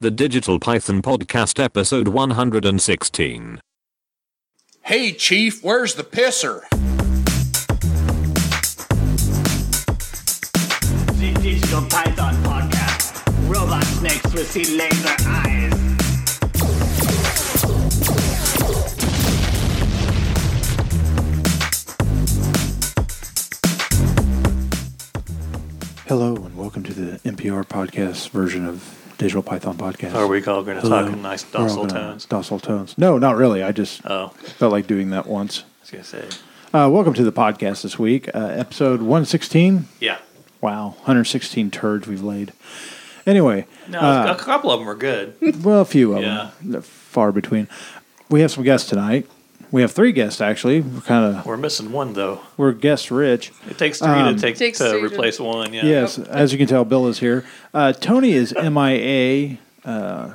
The Digital Python Podcast, episode 116. Hey, Chief, where's the pisser? The Digital Python Podcast. Robot snakes with the laser eyes. Hello and welcome to the NPR podcast version of Digital Python podcast. Are we all going to Hello. talk in nice We're all docile gonna- tones? Docile tones. No, not really. I just Oh, I felt like doing that once. was going to say. Uh, welcome to the podcast this week, uh, episode one sixteen. Yeah. Wow, one hundred sixteen turds we've laid. Anyway, No, uh, a couple of them are good. well, a few of Yeah. them, They're far between. We have some guests tonight. We have three guests actually. We're kind of We're missing one, though. we're guest rich. It takes three Um, to, take, Takes to three to- replace one. Yeah. Yes, as you can tell, Bill is here. Uh, Tony is MIA. Uh,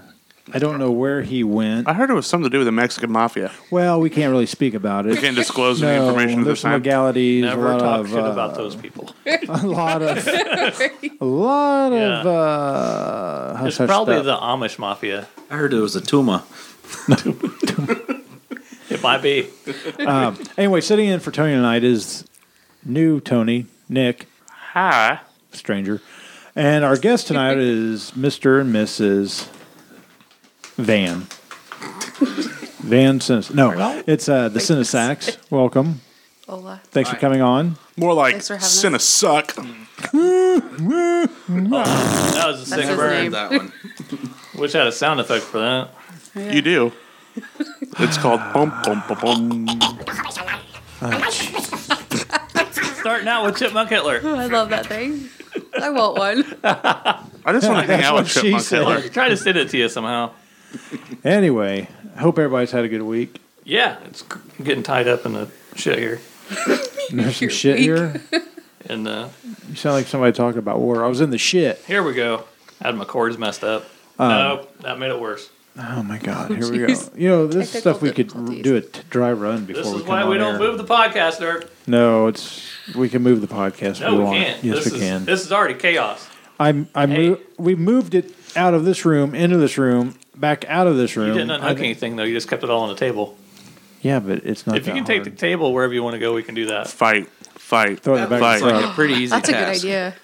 I don't know where he went. I heard it was something to do with the Mexican mafia. Well, we can't really speak about it. We can't disclose any No, information at there's this time. legalities. a Never lot talk of, shit uh, about those people. A lot of. a lot of. Yeah. Uh, hush It's hush probably stuff. the Amish mafia. I heard it was a Tuma. It might be. Anyway, sitting in for Tony tonight is new Tony, Nick, Hi. stranger. And our guest tonight is Mr. and Mrs. Van. Van Sinis. No, it's uh, the Cinesax. Welcome. Hola. Thanks for coming on. More like Thanks for having us. Cinna suck. That was a sick his burn. name. That one. Wish I had a sound effect for that. You do. It's called bum bum bum bum. Starting out with Chipmunk Hitler. I love that thing. I want one. I just want to hang out what with she Chipmunk said. Hitler. Try to send it to you somehow. Anyway, I hope everybody's had a good week. Yeah, it's c- getting tied up in the shit here. There's some Your shit week. here. And uh, You sound like somebody talking about war. I was in the shit. here we go. had my cords messed up. Uh, nope, that made it worse. Oh my god, here we go. Jeez. You know this Technical stuff we could r- difficulties. do a t- dry run before This we is come why on we don't air. move the podcast, Dirk. No, it's we can move the podcast. No, we want. can't. Yes, this we is, can. This is already chaos. I'm. I Hey. mo- we moved it out of this room into this room, back out of this room. You didn't I unhook thi- anything though. You just kept it all on the table. Yeah, but it's not. If you that can take the hard. table wherever you want to go, we can do that. Fight. Fight. Throw it in the back Like- of the Like a pretty easy That's a good task. idea. truck.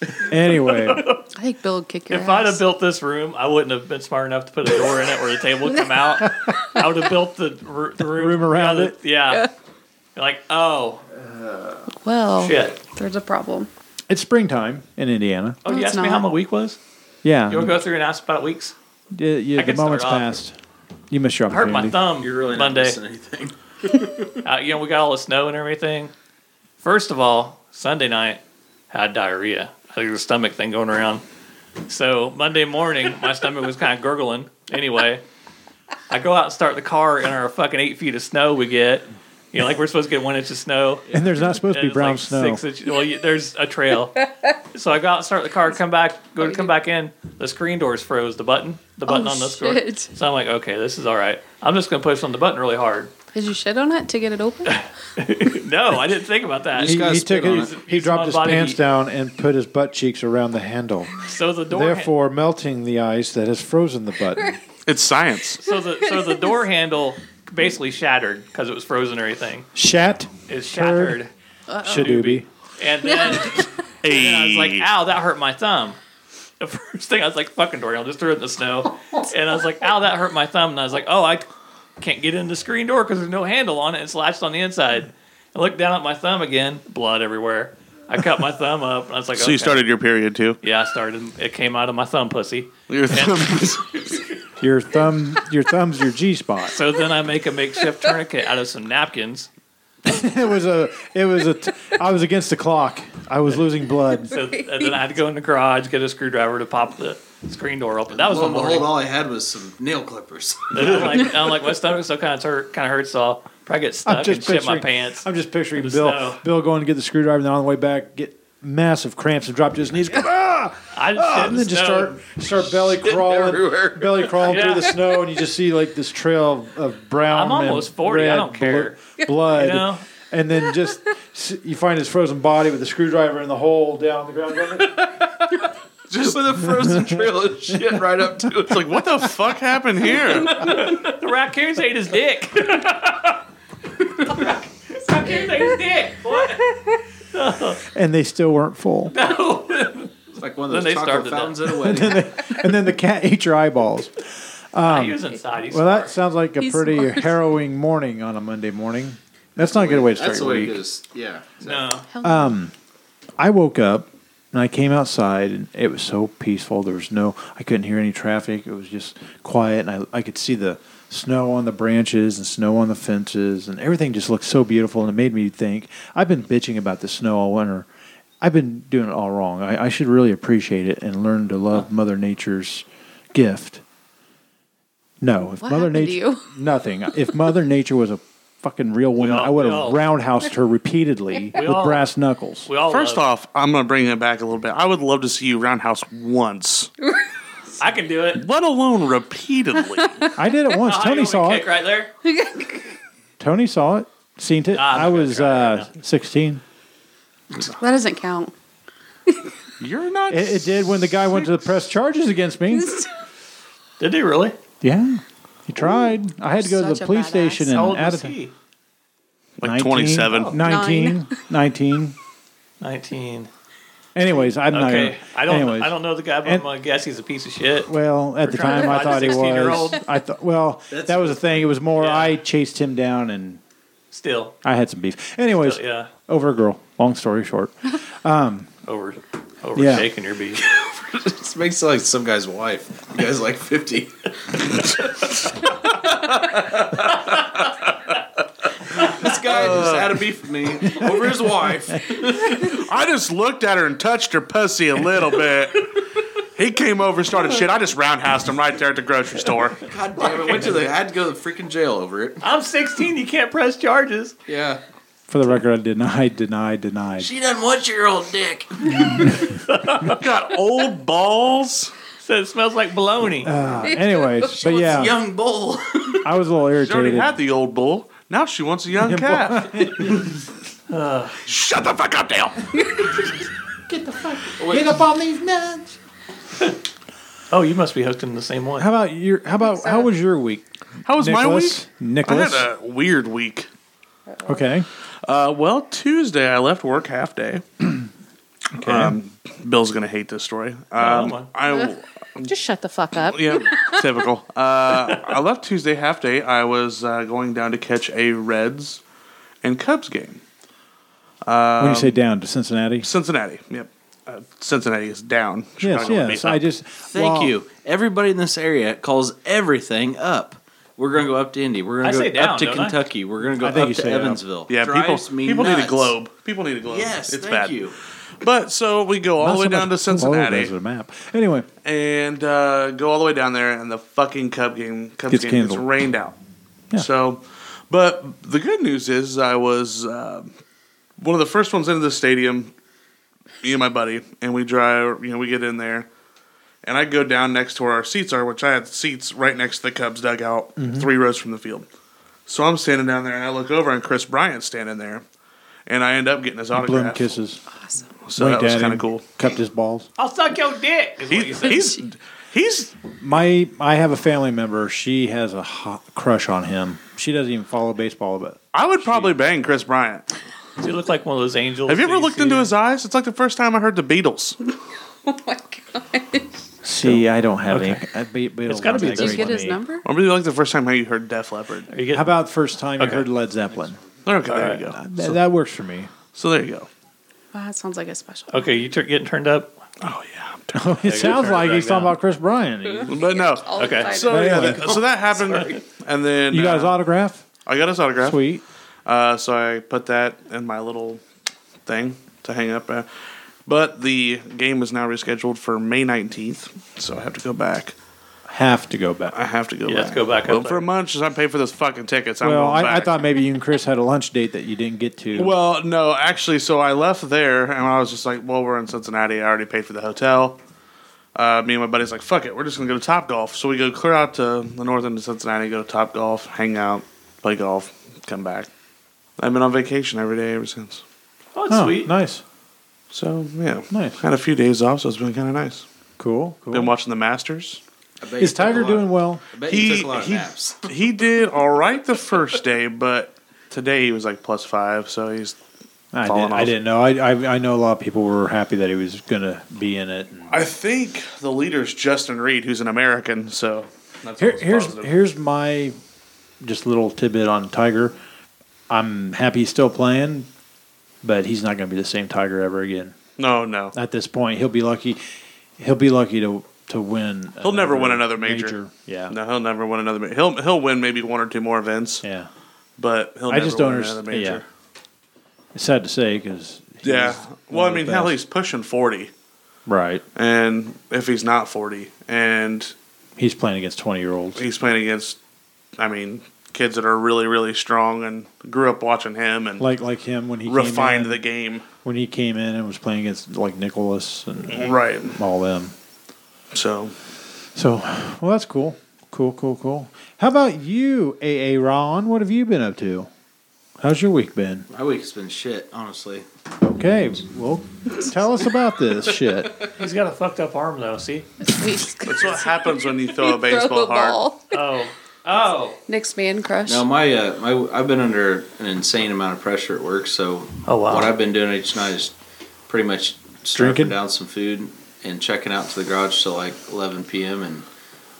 Anyway, I think Bill would kick your If I'd have ass. built this room, I wouldn't have been smart enough to put a door in it where the table would come out. I would have built the, r- the room, Room around yeah, it. the- Yeah. You're Like, oh well, shit. there's a problem. it's springtime in Indiana. Oh, No, you it's asked me how not. my week was. Yeah, You want to go through and ask about weeks? Yeah, yeah, I the can start moment's off. passed. You missed your I hurt opportunity. my thumb. You're really not Monday. missing anything. Uh, you know, we got all the snow and everything. First of all, Sunday night had diarrhea. I think the stomach thing going around. So Monday morning, my stomach was kind of gurgling. Anyway, I go out and start the car in our fucking eight feet of snow we get. You know, like we're supposed to get one inch of snow. And there's not supposed to And be it's brown like snow. Six inch, well, you, there's a trail. so I go out and start the car, come back, go to come back in. The screen door's froze. The button, the button Oh, on the shit. screen. So I'm like, okay, this is all right. I'm just gonna push on the button really hard. Did you shit on it to get it open? No, I didn't think about that. he, Just gotta he took spit on his, it. he Use dropped my his body pants heat. down and put his butt cheeks around the handle, So the door, therefore melting the ice that has frozen the button. It's science. so the so the door handle basically shattered because it was frozen or anything. Shat It's shattered, Shadoobie. and then Hey. I was like, "Ow, that hurt my thumb." The first thing I was like, "Fucking door handle," just threw it in the snow, and I was like, "Ow, that hurt my thumb," and I was like, "Oh, I can't get in the screen door because there's no handle on it. It's latched on the inside." I looked down at my thumb again, blood everywhere. I cut my thumb up, and I was like, so you okay. started your period too. Yeah, I started. It came out of my thumb, pussy." Your thumbs. Your thumb, your thumb's your G spot. So then I make a makeshift tourniquet out of some napkins. It was a, it was a. T- I was against the clock. I was losing blood. So and then I had to go in the garage, get a screwdriver to pop the screen door open. That was Lo the and behold, morning. all I had was some nail clippers. And I'm like, I'm like, my stomach so kind of hurt, kind of hurts. So I'll probably get stuck and shit my pants. I'm just picturing Bill. the snow. Bill going to get the screwdriver, and then on the way back, get massive cramps and drop to his knees. Ah! I just, Ah! shit in and the then just snow. start start belly crawling, everywhere. belly crawling Yeah. through the snow, and you just see like this trail of, of brown. I'm almost and 40, I red don't blo- care. Blood. You know? And then just s- you find his frozen body with the screwdriver in the hole down on the ground. going, Just with a frozen trail of shit right up to it. it's like, what the fuck happened here? The raccoons ate his dick. the raccoons ate his dick. What? and they still weren't full. It's like one of Then those they starved to chocolate fountains at a wedding. and then the cat ate your eyeballs. he was inside. He's Um, Well, that sounds like a He's pretty smart. harrowing morning on a Monday morning. That's not a good way to start That's the your way week. it is. Yeah. no. I woke up and I came outside and it was so peaceful. There was no, I couldn't hear any traffic. It was just quiet and I, I could see the snow on the branches and snow on the fences and everything just looked so beautiful. And it made me think I've been bitching about the snow all winter. I've been doing it all wrong. I, I should really appreciate it and learn to love Oh. Mother Nature's gift. No, if What Mother happened to Nature, you? nothing. If Mother Nature was a fucking real woman, all- I would we all- have roundhoused her repeatedly with all- brass knuckles. We all First love- off, I'm gonna bring it back a little bit. I would love to see you roundhouse once, I can do it. let alone repeatedly. I did it once. Ah, you Tony want saw me to it. kick right there. Tony saw it. Seen it. Ah, I'm not I gonna was try that uh, 16. That doesn't count. You're not. It, it did when the guy went to press charges against me. Did he really? Yeah. He tried. I had to go to Such the a police badass. station and How old out was he? Like 27. 19. 19. Nineteen. Anyways, I'm not Okay. gonna- I don't. anyways. I don't know the guy, but And- I'm gonna guess he's a piece of shit. Well, at the trying to time, I find a thought he 16-year-old. was. I thought. Well, that was the thing. It was more. Yeah. I chased him down, and Still. I had some beef. Anyways, Yeah. over a girl. Long story short. Over. Over Yeah. shaking your beef. This makes like some guy's wife. The guy's like 50. this guy just had a beef with me over his wife. I just looked at her and touched her pussy a little bit. He came over, started shit. I just roundhoused him right there at the grocery store. God damn it. Went to the, I had to go to the freaking jail over it. I'm 16. You can't press charges. Yeah. For the record, I denied, denied, denied. She doesn't want your old dick. Got old balls. So it smells like baloney. Uh, Anyways, but yeah, Young bull. I was a little She already irritated. had the old bull. Now she wants a young calf. Shut the fuck up, Dale. oh, you must be hooked in the same one. How about your? How about how was your week? How was Nicholas? my week? Nicholas? I had a weird week. Okay. Uh, well, Tuesday I left work half day. okay. Um, Bill's gonna hate this story. Um, come on. I Just shut the fuck up. yeah, typical. Uh, I left Tuesday half day. I was uh, going down to catch a Reds and Cubs game. when you say down to Cincinnati, Cincinnati. Yep. Uh, Cincinnati is down. yes, would be yes. I up. just Thank well, you. Everybody in this area calls everything up. We're gonna go up to Indy. We're I gonna say go down, up to don't I? Kentucky. We're gonna go I think up you to say up. Evansville. yeah. Drives People me people need a nuts. globe. People need a globe. Yes, it's thank bad. you. But so we go all not the way so down much- to Oh, Cincinnati. there's a map. Anyway, and uh, go all the way down there, and the fucking Cub game Cubs Gets game gets canceled. rained out. Yeah. So, but the good news is I was uh, one of the first ones into the stadium. Me and my buddy, and we drive. You know, we get in there, and I go down next to where our seats are, which I had seats right next to the Cubs dugout, Mm-hmm. three rows from the field. So I'm standing down there, and I look over, and Chris Bryant's standing there, and I end up getting his blew him autograph. kisses. So that winked was at him, kind of cool. Cupped his balls. I'll suck your dick. Is what you He's said. he's he's My I have a family member. She has a hot crush on him. She doesn't even follow baseball, but I would probably bang Chris Bryant. You look like one of those angels. Have you ever that looked see into his eyes? It's like the first time I heard the Beatles. Oh my god. see, I don't have any. Be, It's gotta be Did Great you get his number? Or maybe like the first time how you heard Def Leppard. Are you getting, How about first time you Okay. heard Led Zeppelin? Okay, there you go. Th- that works for me. So there you go. Wow, that sounds like a special. okay, you tur getting turned up. Oh yeah. it sounds turn it like back he's talking down. about Chris Bryant. But no. All Okay. excited. So yeah, Anyway. that, so that happened, and then You got his uh, autograph. I got his autograph. Sweet. Uh, so I put that in my little thing to hang up. Uh, but the game is now rescheduled for May nineteenth, so I have to go back. Have to go back. I have to go. Yeah, back. let's go back up Well, there. for a month, since I paid for those fucking tickets, I'm Well, going I, I back. thought maybe you and Chris had a lunch date that you didn't get to. Well, no, actually, so I left there and I was just like, well, we're in Cincinnati. I already paid for the hotel. Uh, me and my buddy's like, fuck it, we're just going to go to Top Golf. So we go clear out to the north end of Cincinnati, go to Top Golf, hang out, play golf, come back. I've been on vacation every day ever since. Oh, that's oh, sweet. nice. So, yeah. Nice. Had a few days off, so it's been kind of nice. Cool. Cool. Been watching the Masters. I bet Is you took a Tiger lot- doing well? I bet he you took a lot of he, naps. he did all right the first day, but today he was like plus five, so he's. I, Falling did, I off. didn't know. I, I I know a lot of people were happy that he was going to be in it. I think the leader's Justin Reed, who's an American. So that's Here, always here's positive. here's my just little tidbit on Tiger. I'm happy he's still playing, but he's not going to be the same Tiger ever again. no, no. At this point, he'll be lucky. He'll be lucky to to win. He'll never win another major. Yeah. No, he'll never win another. ma- He'll he'll win maybe one or two more events, Yeah. but he'll. I never just don't win another understand. Yeah. major. It's sad to say because Yeah. Well, I mean, hell, he's pushing forty, right. and if he's not forty, and He's playing against twenty year olds. he's playing against, I mean, kids that are really really strong and grew up watching him and Like like him when he came refined in, the game. when he came in and was playing against like Nicholas and Right. all them. So So, well, that's cool. Cool, cool, cool. How about you, AA Ron? What have you been up to? How's your week been? My week's been shit, honestly. Okay, well, tell us about this shit. He's got a fucked up arm though. See? that's what happens when you throw a baseball hard. Oh, oh, Next man crush. No, my uh, my I've been under an insane amount of pressure at work, so Oh, wow. what I've been doing each night is pretty much Drinking? stripping down some food and checking out to the garage till like 11 p.m. and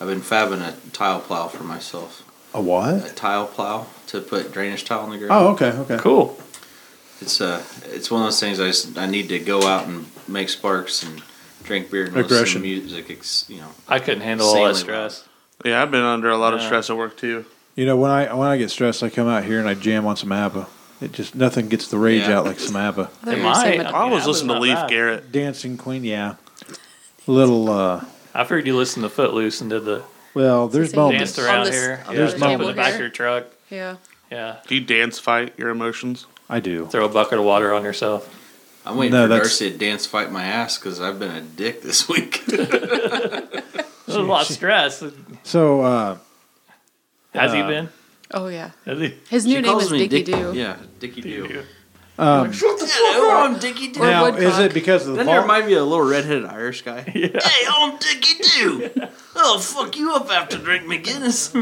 I've been fabbing a tile plow for myself, A a what? tile plow to put drainage tile in the ground. Oh, okay, okay. cool. It's uh, it's one of those things I, s- I need to go out and make sparks and drink beer and Aggression. listen to music. It's, you know, I couldn't handle all that Insanely well. stress. Yeah, I've been under a lot of Yeah. stress at work too. You know, when I when I get stressed, I come out here and I jam on some ABBA. It just nothing gets the rage Yeah. out like some ABBA. They're Am gonna say I- my- I always Yeah, listen that to was Leaf not bad. Garrett. Dancing Queen, yeah. Little uh, I figured you listened to Footloose and did the well, there's Same. moments. danced around On this- here. on Yeah, this jump in the table back here. of your truck. Yeah. Yeah, Do you dance fight your emotions? I do. throw a bucket of water on yourself. I'm waiting No, for that's- Darcy to dance fight my ass because I've been a dick this week. There's a lot of stress. So, uh, Has he been? Oh yeah. Has he? His new name is Dicky Dick- Doo. Yeah, Dicky Doo. Oh, I'm Dicky Doo. Or now is Woodcock. it because of the Then there ball? might be a little redheaded Irish guy. Hey, I'm Dicky Doo. I'll fuck you up after drink me Guinness.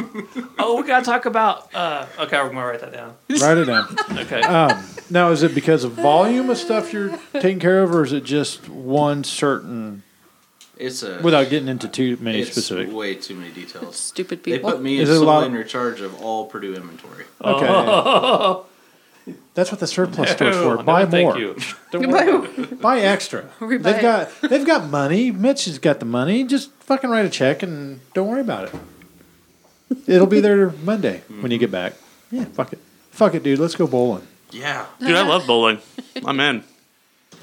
Oh, we gotta talk about. Uh, okay, I'm gonna write that down. Write it down. Okay. Now, is it because of volume of stuff you're taking care of, or is it just one certain? It's a Without getting into too many it's specific. way too many details. Stupid They people. put me Is and it a lot- in charge of all Purdue inventory. Okay, that's what the surplus No, store for. no, buy thank more. you. Don't worry. buy extra. We They've buy- got they've got money. Mitch has got the money. Just fucking write a check and don't worry about it. It'll be there Monday when you get back. Yeah, fuck it, fuck it, dude. Let's go bowling. Yeah. Dude, I love bowling. I'm in.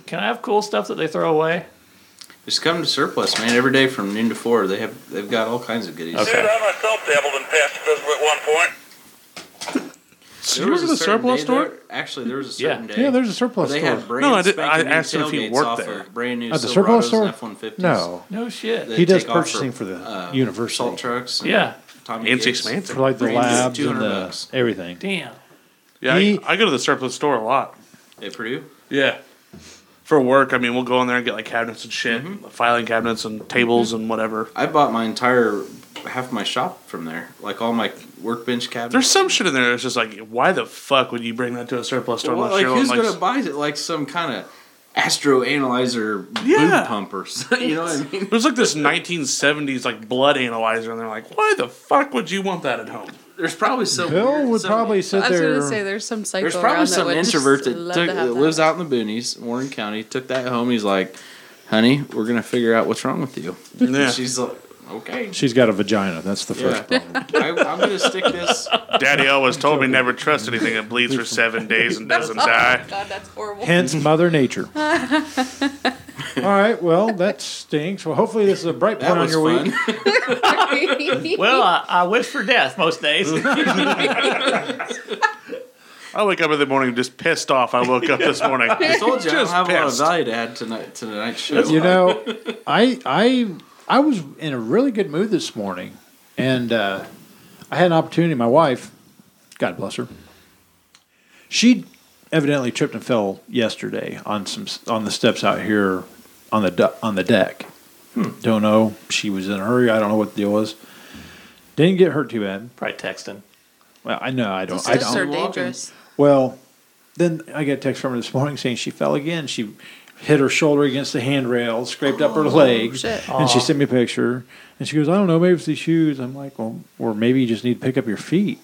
Can I have cool stuff that they throw away? Just come to surplus, man. Every day from noon to four, they have they've got all kinds of goodies. Dude, I myself dabbled in past Pittsburgh at one point. So There you was work at a the certain surplus day store? there- actually, there was a Yeah. certain day. Yeah, there's a surplus they store. had brand No, I did- spanking I new asked him if he tailgates worked off there. Of brand new At the Silverados surplus store? and F-150s. no, No shit. that he does take off uh, purchasing for the university. Salt trucks. and Yeah. Tommy Nancy Gates. Smancy. for like the Brand new, labs and 200 the bucks. everything. Damn. Yeah, I- He- I, go to the surplus store a lot. At Purdue? Yeah. For work, I mean, we'll go in there and get like cabinets and shit, Mm-hmm. filing cabinets and tables and whatever. I bought my entire half my shop from there. Like all my workbench cabinets. There's some shit in there that's just like, why the fuck would you bring that to a surplus store? Well, unless like you're on, who's like, gonna buy it? Like some kind of astro analyzer Yeah. boob pump or something. You know what I mean? There's like this 1970s like blood analyzer, and they're like, why the fuck would you want that at home? There's probably some. Bill weird- would some- probably I sit was there. gonna say there's some psycho There's probably around some that would introvert just that, love took, to that have lives out in the boonies, Warren County, took that home. He's like, "Honey, we're gonna figure out what's wrong with you." Yeah. And she's like, "Okay." She's got a vagina. That's the Yeah. first problem. I, I'm gonna stick this. Daddy always told me never trust anything that bleeds for seven days and doesn't die. God, that's horrible. Hence, Mother Nature. All right. Well, that stinks. Well, hopefully this is a bright point That on was your fun. week. Well, I, I wish for death most days. I wake up in the morning just pissed off. I woke up this morning. I told you I don't Just have a lot of pissed. value to add tonight to tonight's show. You know, I I I was in a really good mood this morning, and uh, I had an opportunity. My wife, God bless her, she evidently tripped and fell yesterday on some on the steps out here on the du- on the deck. Don't know. She was in a hurry. I don't know what the deal was. Didn't get hurt too bad. Probably texting. Well, I know I don't. Those I tests are don't. dangerous. Well, then I got a text from her this morning saying she fell again. She hit her shoulder against the handrail, scraped up her leg, shit. and she sent me a picture. And she goes, "I don't know, maybe it's the shoes." I'm like, "Well, or maybe you just need to pick up your feet."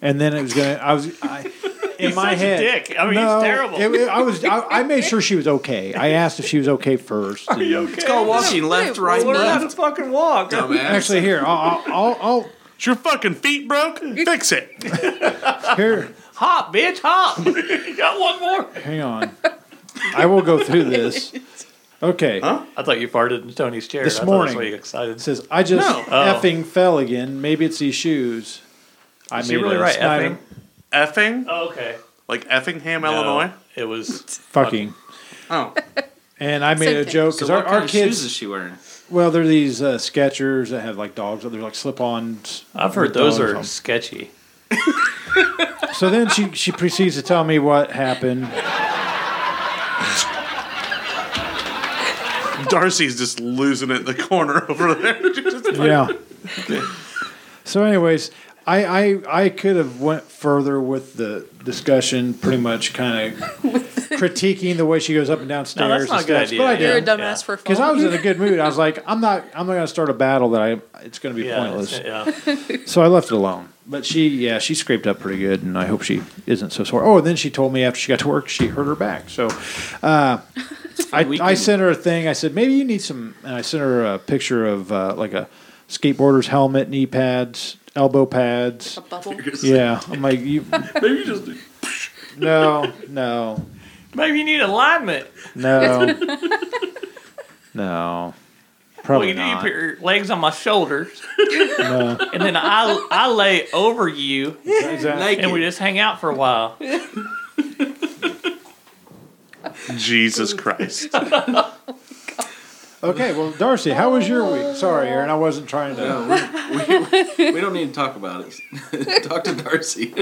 And then it was gonna. I was. I, In my such a head, dick. I mean, he's terrible. it- it- I was. I, I made sure she was okay. I asked if she was okay first. Are you okay? It's called walking left, right, Learn how to left. fucking walk. Dumbass. Actually, here, I'll, I'll, I'll, Is your fucking feet broke? Fix it. I'll here. Hop, bitch, hop. you got one more. Hang on. I will go through this. Okay. I thought you farted in Tony's chair. This I thought that's morning. why you excited. It says, I just No. Oh. effing fell again. Maybe it's these shoes. I Is he really right? Effing. Effing? Oh, okay. Like Effingham, No, Illinois? It was. Fucking. Oh. And I made Same a thing. joke So because what our, kind our of shoes kids, is she wearing? well, they're these uh, Skechers that have like dogs. They're like slip-ons. I've heard with those dogs are on. sketchy. So then she she proceeds to tell me what happened. Darcy's just losing it in the corner over there. Just like- yeah. So, anyways, I, I I could have went further with the discussion, pretty much kind of critiquing the way she goes up and down stairs. No, that's and not a good steps, idea. But I Yeah. You're a did dumbass Yeah. for because I was falling. in a good mood. I was like, I'm not I'm not going to start a battle that I it's going to be Yeah. pointless. it's- yeah. So I left it alone. But she, yeah, she scraped up pretty good, and I hope she isn't so sore. Oh, and then she told me after she got to work, she hurt her back. So uh, I, I sent her a thing. I said, maybe you need some. And I sent her a picture of uh, like a skateboarder's helmet, knee pads, elbow pads. A bubble. Yeah. I'm like, you. Maybe you just. No, no, Maybe you need alignment. no. No. Well, Probably you need to not. put your legs on my shoulders, and then I I lay over you, Exactly. and we just hang out for a while. Jesus Christ. Okay, well, Darcy, how was your week? Sorry, Aaron, I wasn't trying to. We don't need to talk about it. talk to Darcy.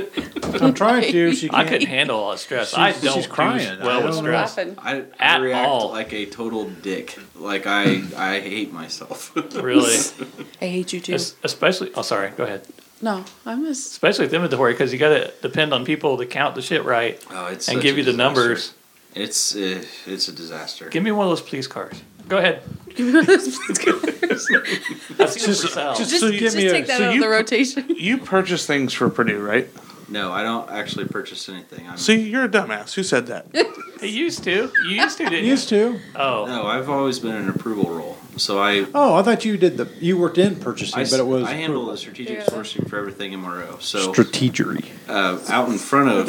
I'm trying to. She I can't. couldn't handle all the stress. She's- I don't she's do crying. I well with don't know. stress. I, I At react all. like a total dick. Like I, I hate myself. Really, I hate you too. Es- especially. Oh, sorry. Go ahead. no, I'm just. Especially with inventory because you got to depend on people to count the shit right Oh, it's and such give a you the disaster. numbers. It's uh, it's a disaster. Give me one of those police cars. Go ahead. I've seen them for sale. just- Just, So you- just give me a- take that so out you- of the rotation. You purchase things for Purdue, right? No, I don't actually purchase anything. I'm, See, you're a dumbass. Who said that? They used to. You used to, didn't Used to. you? Oh. no, I've always been in an approval role. So I, Oh, I thought you did the. You worked in purchasing, I, but it was I handle the strategic Yeah. sourcing for everything MRO. So strategery. uh, out in front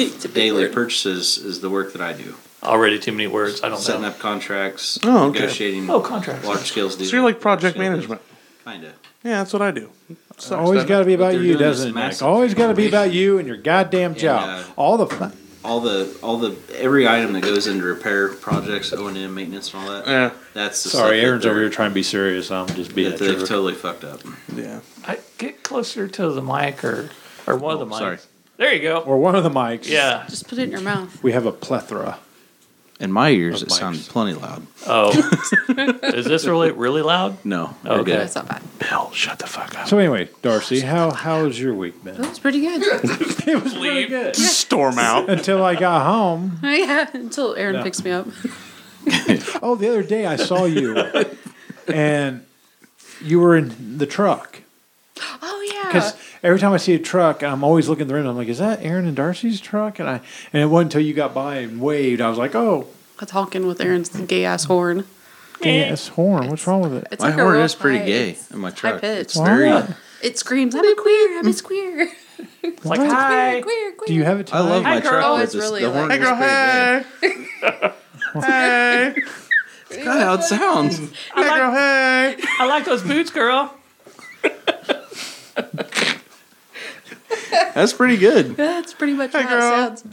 It's a of big daily word. purchases is the work that I do. Already too many words. I don't Setting know. up contracts, Oh, okay. negotiating Oh, contracts. large scales. So you're like project management. Kind of. Yeah, that's what I do. It's always got to be about they're you, doing this doesn't it? Nick? massive Always got to be about you and your goddamn job. uh, All the fun. All the all the every item that goes into repair projects, O and M maintenance, and all that. Yeah. That's the Sorry, stuff that Aaron's over they're- here trying to be serious. I'm just being a That they've jerk. totally fucked up. Yeah. I, get closer to the mic or, or one of the mics. Oh, sorry. There you go. Or one of the mics. Yeah. Just put it in your mouth. We have a plethora. In my ears, Of it mics. sounded plenty loud. Oh. Is this really really loud? No. Oh, we're okay. That's not bad. Bill, shut the fuck up. So anyway, Darcy, how how's your week been? That was pretty good. It was really good Storm out. until I got home. yeah, until Aaron Yeah. picks me up. Oh, the other day I saw you, and you were in the truck. Oh yeah. Because every time I see a truck, I'm always looking at the rim. I'm like, is that Aaron and Darcy's truck? And I and it wasn't until you got by and waved. I was like, oh, It's honking with Aaron's gay ass horn. gas horn. What's wrong with it? It's My like a horn real is pretty high- gay in my truck. pitched. It's very. Why? It screams, "I'm a queer, I'm a queer, It's like, What? hi. queer, queer." Do you have it? I love Hi, my girl. truck. Oh, but it's this- really the like- horn Hey, is girl, pretty gay. hey. hey. That's kinda how it sounds. Hey, girl, hey. I like those boots, girl. That's pretty good. That's pretty much how girl. it sounds.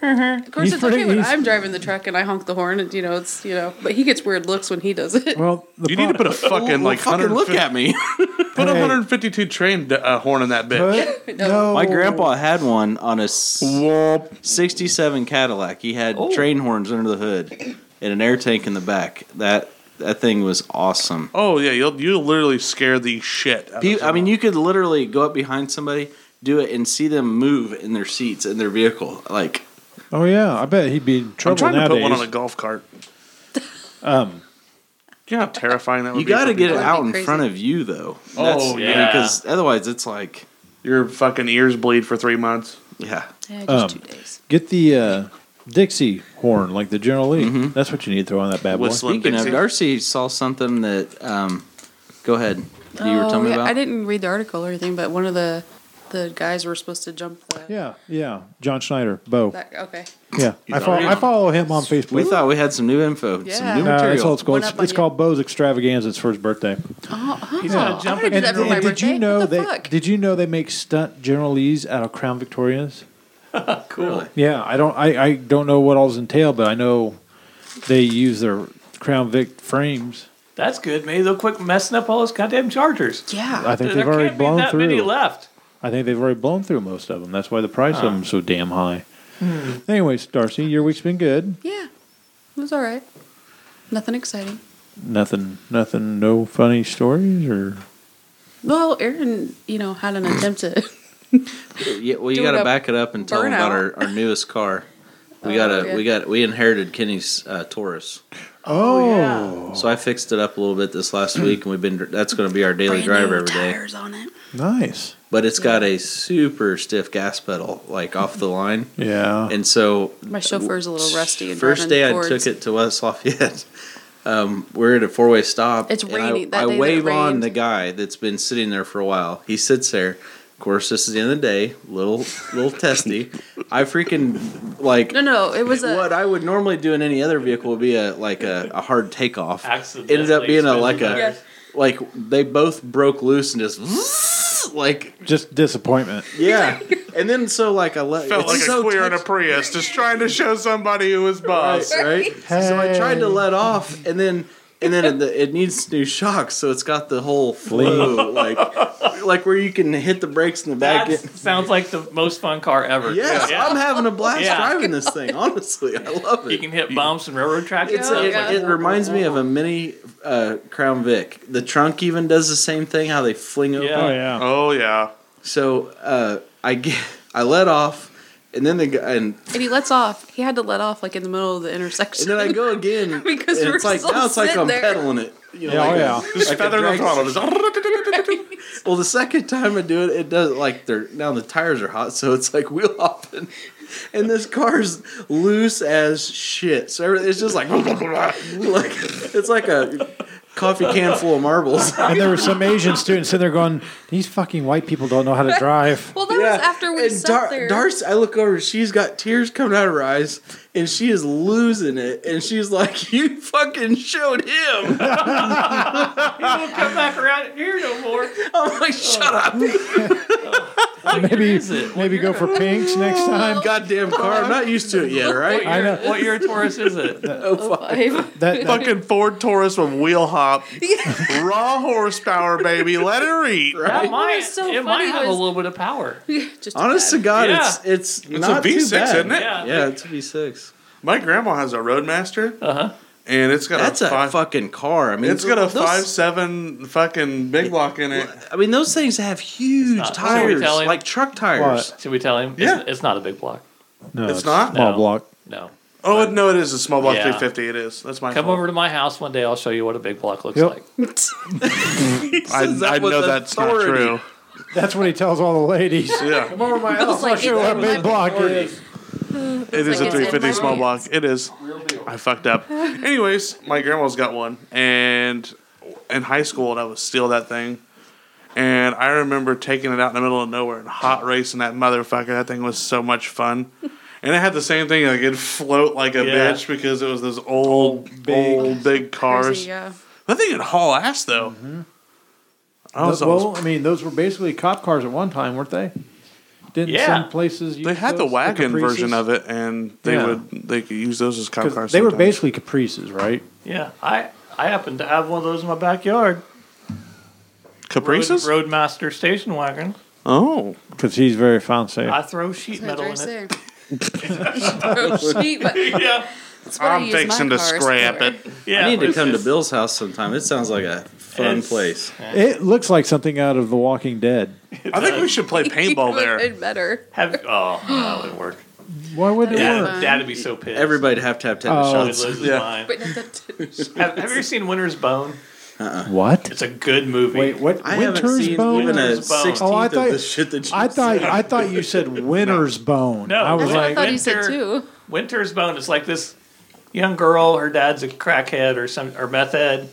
Of course, He's it's okay pretty- when he's- I'm driving the truck and I honk the horn, and you know it's you know, but he gets weird looks when he does it. Well, the You need to put a fucking like Fucking look 150 at me. Put a Hey. 152 train uh, horn in that bitch. put, no. My grandpa had one on a s- Whoop. 67 Cadillac. He had train horns under the hood and an air tank in the back. That that thing was awesome. Oh yeah, you'll you will literally scare the shit. Out Pe- of I mean, someone. you could literally go up behind somebody, do it, and see them move in their seats in their vehicle. Like Oh yeah, I bet he'd be in I'm trouble trying nowadays. to put one on a golf cart. Um, You know how terrifying that would you be. got to for get it people? out in That'd be front crazy. of you, though. Oh, yeah. because otherwise it's like Your fucking ears bleed for three months. yeah. Yeah, just Um, two days. get the uh, Dixie horn like the General Lee. That's what you need to throw on that bad boy. Whistle. Speaking of, Dixie. Darcy saw something that. Um, go ahead. You were telling Oh, me yeah, about. I didn't read the article or anything, but one of the the guys were supposed to jump the. Yeah, yeah. John Schneider, Bo. That, okay. yeah, I follow, I follow him on Facebook. We thought we had some new info, some Yeah. new No, No, it's material. old school. Went It's, up on it's you. Oh, called Bo's Extravaganza's first birthday. He's gonna I jump wanna do in. that for my did birthday. you know What the they? fuck? Did you know they make stunt General Lees out of Crown Victorias? Cool. Yeah, I don't. I, I don't know what all's entailed, but I know they use their Crown Vic frames. That's good. Maybe they'll quit messing up all those goddamn chargers. Yeah. I think there they've already can't be blown that many through. left. I think they've already blown through most of them. That's why the price of them's so damn high. Hmm. Anyways, Darcy, your week's been good. yeah. It was all right. Nothing exciting. Nothing, nothing, no funny stories or Well, Aaron, you know, had an attempt to. Yeah, well, you doing got to a back it up and tell them about burnout. our, our newest car. We Oh, got to yeah. we got we inherited Kenny's uh, Taurus, oh, so I fixed it up a little bit this last week, and we've been dr- that's going to be our daily brand driver new every day. tires on it. nice. But it's got a super stiff gas pedal, like off the line, Yeah, and so My chauffeur's a little rusty. And first driving day I Fords. took it to West Lafayette. Um, we're at a four way stop. It's and rainy- I, that I day that it wave on rained. the guy that's been sitting there for a while. He sits there. Of course, this is the end of the day. Little little testy. I freaking like No, no, it was a. what I would normally do in any other vehicle would be a like a, a hard takeoff. Accidentally Ended up being a spin like the a tires. like they both broke loose and just like just disappointment. yeah. And then so like I let Felt it's like so a queer in a touch- Prius, just trying to show somebody who was boss. right? So I tried to let off, and then and then it, it needs new shocks, so it's got the whole flow, like like where you can hit the brakes in the back. That Yes, sounds like the most fun car ever. Yeah. I'm having a blast Yeah. driving this thing. Honestly, I love You it. can hit bumps and railroad tracks. Oh, It's Yeah, it, yeah. it reminds me of a mini uh, Crown Vic. The trunk even does the same thing. How they fling open. Yeah. Oh, yeah. Oh yeah. So uh, I get I let off, and then the guy and and he lets off. He had to let off like in the middle of the intersection. And then I go again Because and we're it's like still now it's like sitting I'm there. pedaling it. You know, Yeah, oh, like a- yeah. Just like a feather in the throttle. drag- just- Well, the second time I do it, it does like they're now the tires are hot, so it's like wheel hopping, and this car's loose as shit. So everything, it's just like like it's like a coffee can full of marbles. And there were some Asian students sitting there going, "These fucking white people don't know how to drive." well, that was after we and sat Dar- there. Darcy, I look over, she's got tears coming out of her eyes, and she is losing it. And she's like, "You fucking showed him." Don't come back around here no more. I'm like, "Shut up." maybe is it? maybe go for pinks next time. goddamn car. I'm not used to it yet, right? I know. What year Taurus is it? That, Five. that- fucking Ford Taurus with wheel hop, raw horsepower, baby. Let her eat. That What might, was so it might funny have a was- little bit of power. Just too Honest to bad. God, Yeah. it's it's not a V6, too bad. isn't it? Yeah. Yeah, it's a V6. My grandma has a Roadmaster, Uh-huh. and it's got That's a, a five, fucking car. I mean, It's got a those- five seven fucking big block in it. I mean, those things have huge not- tires, Can we tell him? like truck tires. Should we tell him? Yeah. It's, it's not a big block. no, It's not? small No. block. No. Oh no, it is a small block Yeah. 350. It is. That's my. Come fault. over to my house one day. I'll show you what a big block looks Yep. like. I, Says that I with know that's authority. not That's what he tells all the ladies. true. Yeah, Over my house. It's like, Sure, what a big block is. it is like a it's 350 in small my block. It is. I fucked up. Anyways, my grandma's got one, and in high school, and I would steal that thing. And I remember taking it out in the middle of nowhere and hot racing that motherfucker. That thing was so much fun. And it had the same thing, like it'd float like a Yeah. bitch because it was those old, old, big, cars. Crazy, yeah. That thing could haul ass though. Mm-hmm. I was well, always- I mean, those were basically cop cars at one time, weren't they? Didn't Yeah. some places use they had the those, wagon version of it, and they Yeah. would they could use those as cop cars. They were sometimes. basically Caprices, right? Yeah. I, I happen to have one of those in my backyard. Road, Caprices. Roadmaster station wagon. Oh, Because he's very fancy. I throw sheet That's metal what in it. Oh, I was gonna say. Sheet metal. Yeah. It's what I I'm use my fixing to cars scrap for. it. Yeah, I need to it's come to just- Bill's house sometime. It sounds like a fun It's- place. It looks like something out of The Walking Dead. I think we should play paintball there. It'd better. Have oh, no, it would work. Why would it Dad, work? fun. Dad would be so pissed. Everybody have to have tennis Oh. He'd shots. lose his Yeah. mind. But not that- Have, have you ever seen Winter's Bone? What? It's a good movie. Wait, what? I haven't Winter's seen Bone? even a Winter's Bone. sixteenth Oh, I of thought- the shit that you I thought said. I thought you said Winter's Bone. No. I was That's what I like, thought you said Winter- too. Winter's Bone is like this young girl. Her dad's a crackhead or some or meth head.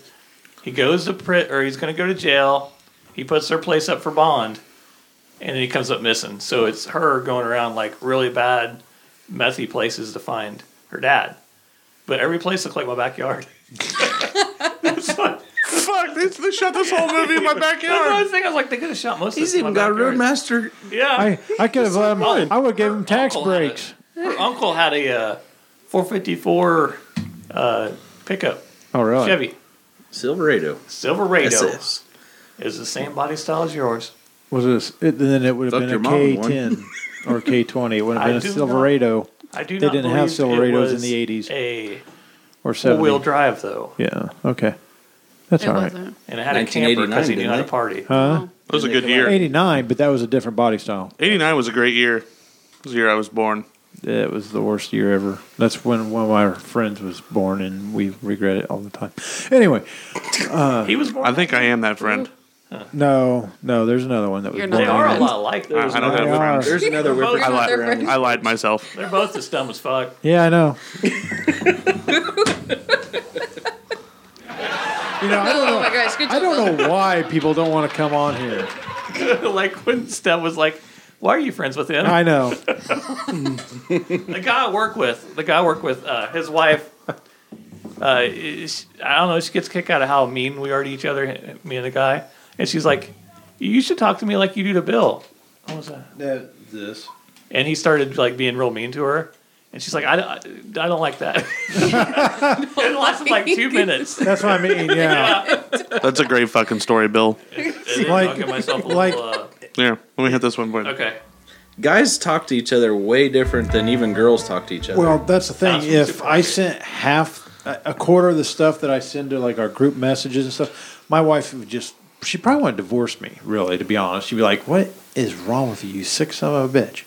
He goes to pri- or he's going to go to jail. He puts her place up for bond, and then he comes up missing. So it's her going around like really bad methy places to find her dad. But every place looked like my backyard. That's like, Fuck, they, they shot this whole movie in my that's backyard. another thing. I was like, they could have shot most. of He's this in even my got a backyard. roadmaster. Yeah, I, I could have let him. fine. I would give him tax Uncle had it. breaks. her uncle had a uh, 454 uh, pickup Oh really? Chevy Silverado. Silverado. SS. is the same body style as yours. Was this? It, then it would have Fuck been your a mom, K ten or K twenty. It would have I been a do not- Silverado I do They not didn't believe have Silverados it was in the 80s. A or four-wheel seventy. drive though, Yeah. Okay. That's It all right. wasn't. and it had a camper because he 1989, knew how to didn't it? party. Huh? That was a good year. Eighty nine, but that was a different body style. 89 was a great year. It was the year I was born. It was the worst year ever. That's when one of our friends was born, and we regret it all the time. Anyway, he was born. I think I am that friend. no, no, there's another one that was You're not they born. are a Friends. lot like those. I- I don't though. They have are. There's another Both whipper. I They're lied. friends. I lied myself. They're both the dumb as fuck. Yeah, I know. you know, I don't Oh know. my gosh, good I job. don't know why people don't want to come on here. like when Stem was like, "Why are you friends with him?" I know. the guy I work with, the guy I work with, uh, his wife, uh, is, I don't know, she gets kicked out of how mean we are to each other, me and the guy. And she's like, you should talk to me like you do to Bill. What was that? This. And he started like being real mean to her. And she's like, I, I, I don't like that. it lasted like two minutes. That's what I mean. Yeah. That's a great fucking story, Bill. Like- Like, myself a like- little, uh, Yeah, let me hit this one point. okay. Guys talk to each other way different than even girls talk to each other. Well, that's the thing. That's if super I weird. sent half, a a quarter of the stuff that I send to like our group messages and stuff, my wife would just, she probably want to divorce me, really, to be honest. She'd be like, what is wrong with you, you sick son of a bitch?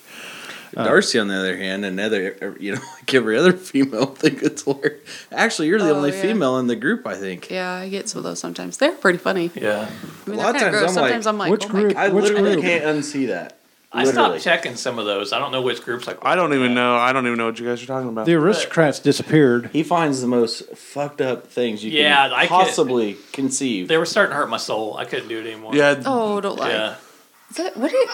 Darcy, on the other hand, another you know, like every other female, think it's hilarious. Actually, you're the Oh, only yeah. female in the group, I think. Yeah, I get some of those sometimes. They're pretty funny. Yeah. I mean, A lot they're kind of gross. of times I'm like, Sometimes I'm like, which oh my group? God. Which group? can't unsee that. I stopped checking some of those. I don't know which groups. Like I don't even know. I don't even know what you guys are talking about. The aristocrats disappeared. He finds the most fucked up things you Yeah, can I could- possibly conceive. They were starting to hurt my soul. I couldn't do it anymore. Yeah, Oh, don't lie. Yeah. Is that, what is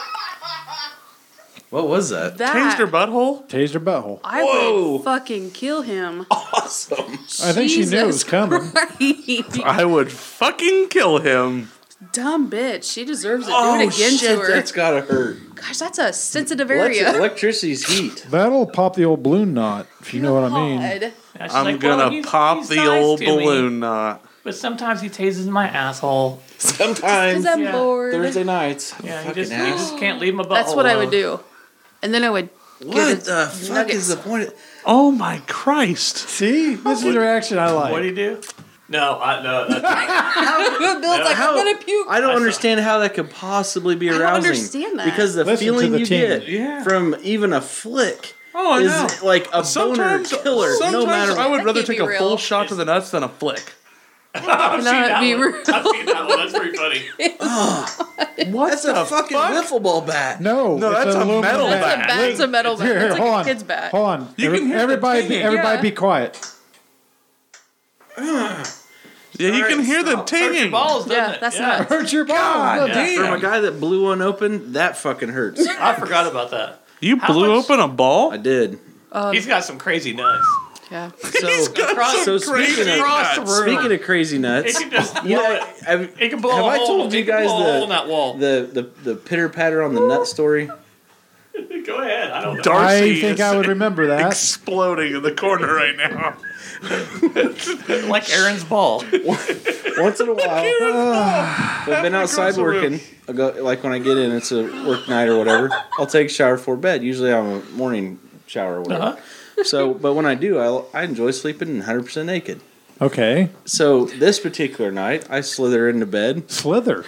What was that? that? tased her butthole. Taser butthole. I Whoa. would fucking kill him. Awesome. I think she knew it was coming. coming. I would fucking kill him. Dumb bitch. She deserves it. Oh, Do it again shit, to her. that's gotta hurt. Gosh, that's a sensitive Elect- area. electricity's heat. That'll pop the old balloon knot, if you know what I mean. God. And she's I'm like, gonna "Well, he's- pop he's the nice old to me." balloon knot. But sometimes he tases my asshole. Cause Sometimes I'm Yeah. bored. Thursday nights. Yeah, he Fucking just, he ass. just can't leave my butt. That's what I would do. And then I would. What get the fuck nuggets. is the point? Of- Oh my Christ! See? This is the reaction I What do like. you do? No, I no. That's, Bill's like, How- I'm gonna puke. I don't understand how that could possibly be don't arousing. understand that. because the Listen to feeling the you team. get Yeah. from even a flick Oh, I is know. like a Sometimes, boner killer. sometimes No matter I what. would That rather can't take be a full real. shot to the nuts than a flick. I've seen Cannot that be one. real. I've seen that one. That's pretty funny. What That's a fucking wiffle ball bat. No, No, it's that's an a aluminum metal bat. bat. Bat. That's a metal bat. Here, here, That's hold like on. a kid's bat. Hold on. You Every- can hear the everybody, tinging. everybody, Yeah. be quiet. Yeah, you can hear the tinging. Balls, doesn't Yeah, it? that's yeah. nuts. Hurt your balls. Yeah. From a guy that blew one open, that fucking hurts. I forgot about that. You How blew much- open a I ball. did. Um, He's got some crazy nuts. Yeah. So, Across, so crazy speaking of across the room. speaking of crazy it nuts, can just blow you know, it. I've- It can blow have a I hole. told you it can blow guys a hole in the, that wall. the the the pitter patter on the nut story? Go ahead. I don't know. Darcy I think is I would remember that. exploding in the corner right now. Like Aaron's ball. Once in a while, I've been outside across the room. working. I go, like when I get in, it's a work night or whatever. I'll take a shower before bed. Usually I'm a morning shower or whatever. Uh-huh. So, but when I do, I, I enjoy sleeping 100% naked. Okay. So this particular night, I slither into bed. Slither.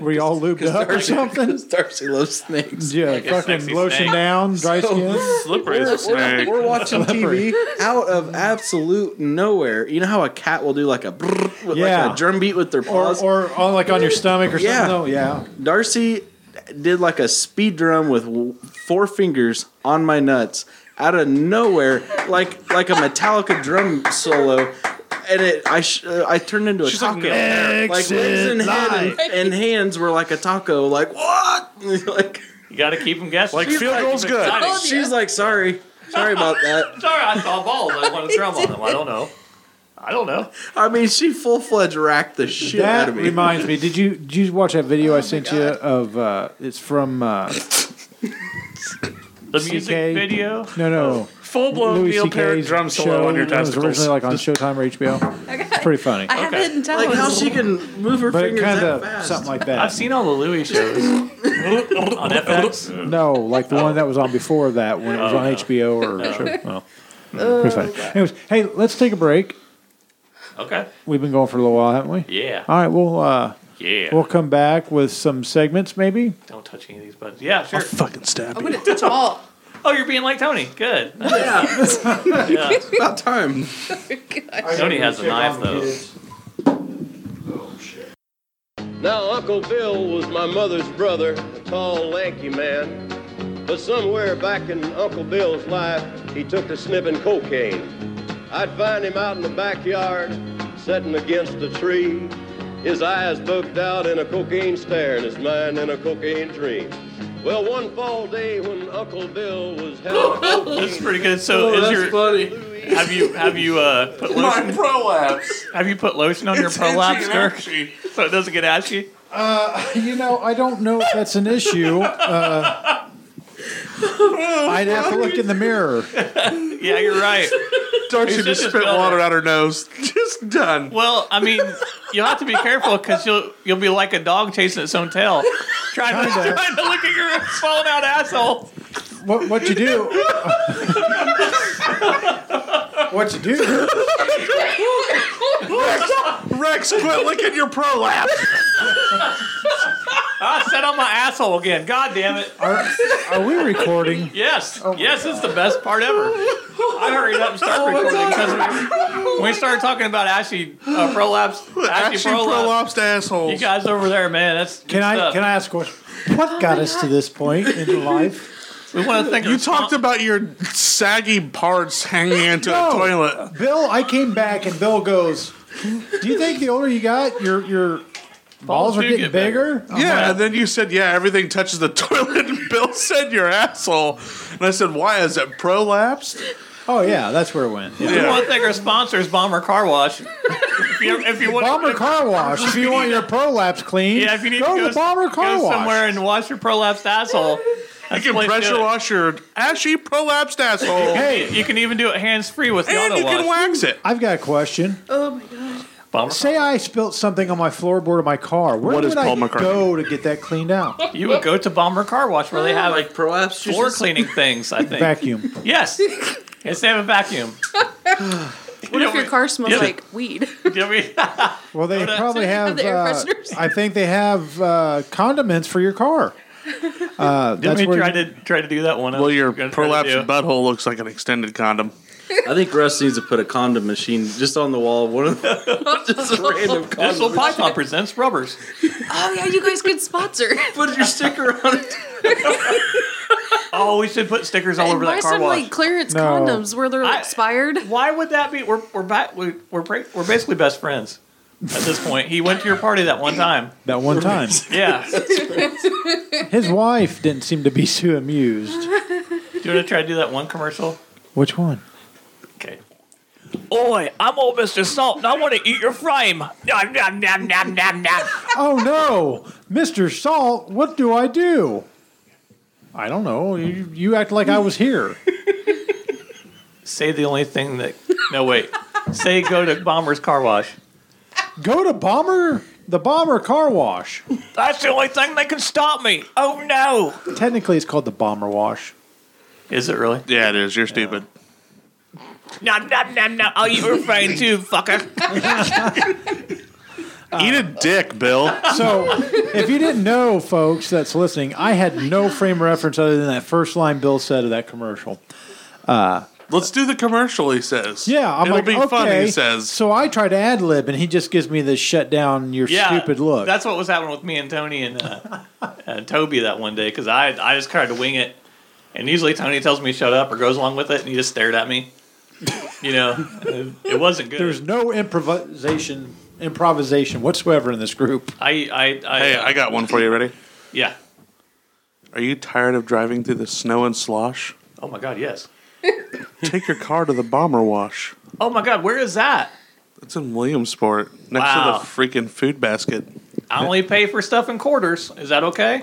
Were you all lubed up or something? Because Darcy loves snakes. Yeah, fucking sexy lotion snake. down, dry skin. Slippery as a We're, Snake. we're, we're watching TV out of absolute nowhere. You know how a cat will do like a brrr, with like Yeah. a drum beat with their Or, paws. or on, like on your stomach or Yeah. something. Yeah. Darcy did like a speed drum with w- four fingers on my nuts out of nowhere, like like a Metallica drum solo, and it I sh- uh, I turned into a taco. Yeah. Like legs and head and, and hands were like a taco. Like what? like You got to keep them guessing. Like, field goal's good. exciting. Oh, she's like, sorry, sorry about that. Sorry, I saw balls. I want to drum on them. I don't know. I don't know. I mean, she full fledged racked the shit out That of me. reminds me. Did you did you watch that Oh video I sent you of uh, it's from uh, The music CK. video. no no Full blown Neil Perry CK's drum solo on your It was testicles. originally like on Showtime or HBO. It's pretty funny, I have Okay. hidden talents. Like how she can move her but fingers kind that of fast. something like I've that. seen all the Louis shows on FX. No, like the one that was on before that when it was on HBO or well, pretty funny. Anyways, hey, let's take a break. Okay. We've been going for a little while, haven't we? Yeah. All right, we'll uh, Yeah. we'll come back with some segments maybe. Don't touch any of these buttons. Yeah, Oh, sure. Fucking stab. I'm gonna touch them all. Oh, you're being like Tony. Good. yeah, Yeah. about time. Gosh. Tony has a knife though. Now, Uncle Bill was my mother's brother, a tall, lanky man. But somewhere back in Uncle Bill's life, he took to sniffing cocaine. I'd find him out in the backyard, sitting against a tree, his eyes bugged out in a cocaine stare and his mind in a cocaine dream. Well, one fall day when Uncle Bill was having a That's cocaine pretty good. So, Oh, is your funny. have you have you uh put My lotion prolapse. have you put lotion on your prolapse, Dirk, Actually, so it doesn't get ashy? You know, I don't know if that's an issue. Uh, I'd have to look in the mirror. Yeah, you're right. Darcy It's just just spit a water out her nose. Just done. Well, I mean, you'll have to be careful because you'll you'll be like a dog chasing its own tail, trying to, Kinda. trying to look at your falling out asshole. What what you do? what you do? Rex, quit licking your prolapse. I sat on my asshole again. God damn it! Are, are we recording? Oh Yes, yes, it's the best part ever. I hurried up and started recording because when we started talking about ashy uh, prolapse, ashy, Actually, prolapse. prolapsed You assholes. guys over there, man, that's Can I can I ask a question? What got us to this point in your life? We want to think. You talked about your saggy parts hanging into No. a toilet. Bill, I came back and Bill goes, "Do you think the older you got, your your balls are do getting get bigger?" Yeah, and then you said, yeah, everything touches the toilet. And Bill said, your asshole. And I said, why? Is it prolapsed? Oh yeah, that's where it went. Yeah. We Yeah. want to thank our sponsors, Bomber Car Wash. if you, if you want, Bomber car wash. If you want your prolapse clean, yeah, if you need go to to go, the bomber car go wash. somewhere and wash your prolapsed asshole. You can pressure wash your ashy prolapsed asshole. Hey, You can even do it hands free with the and auto you can wash. wax it. I've got a question. Oh my god. Bomber. Say I spilt something on my floorboard of my car. Where would What is Paul I McCartney? go to get that cleaned out? You would go to Bomber Car Wash where they have like Like prolapse floor juices? cleaning things. I think. Vacuum. Yes. Yes, they have a vacuum. What if your car smells Yeah. like weed? Do you mean- Well, they no. probably So you have have. the air uh, fresheners? I think they have uh, condiments for your car. Uh, Didn't that's we where try you- to try to do that one? Well, your Gonna try to do. prolapsed butthole looks like an extended condom. I think Russ needs to put a condom machine just on the wall. One of the just a random Digital condom. Python presents rubbers. oh yeah, you guys could sponsor. Put your sticker on it. Oh, we should put stickers all And over buy that car some wash. like clearance No. condoms where they're I- expired. Why would that be? We're we're back. We're we're, pra- we're basically best friends at this point. He went to your party that one time. that one time. Yeah. Do His wife didn't seem to be too amused. you want to try to do that one commercial? Which one? Okay. Oi, I'm old Mr. Salt, and I want to eat your frame. Nom nom nom nom nom nom. Oh no, Mister Salt. What do I do? I don't know. You, you act like I was here. Say the only thing that. No wait. Say go to Bomber's Car Wash. Go to bomber the bomber car wash. That's the only thing that can stop me. Oh no. Technically, it's called the bomber wash. Is it really? Yeah, it is. You're stupid. No, no, no, no. Oh, I'll eat your brain too, fucker. Uh, Eat a dick, Bill. So, if you didn't know, folks that's listening, I had no frame of reference other than that first line Bill said of that commercial. Uh, Let's do the commercial, he says. yeah, I'm It'll like, be okay. fun, he says. So I try to ad lib, and he just gives me this shut down your stupid look. That's what was happening with me and Tony and uh, uh, Toby that one day because I I just tried to wing it, and usually Tony tells me to shut up or goes along with it, and he just stared at me. You know, it, it wasn't good. There's no improvisation, improvisation whatsoever in this group. I I, I uh, Hey, I got one for you. Ready? Yeah. Are you tired of driving through the snow and slosh? Oh my god, yes. Take your car to the bomber wash. Oh my god, where is that? It's in Williamsport, next Wow. to the freaking food basket. I only pay for stuff in quarters. Is that okay?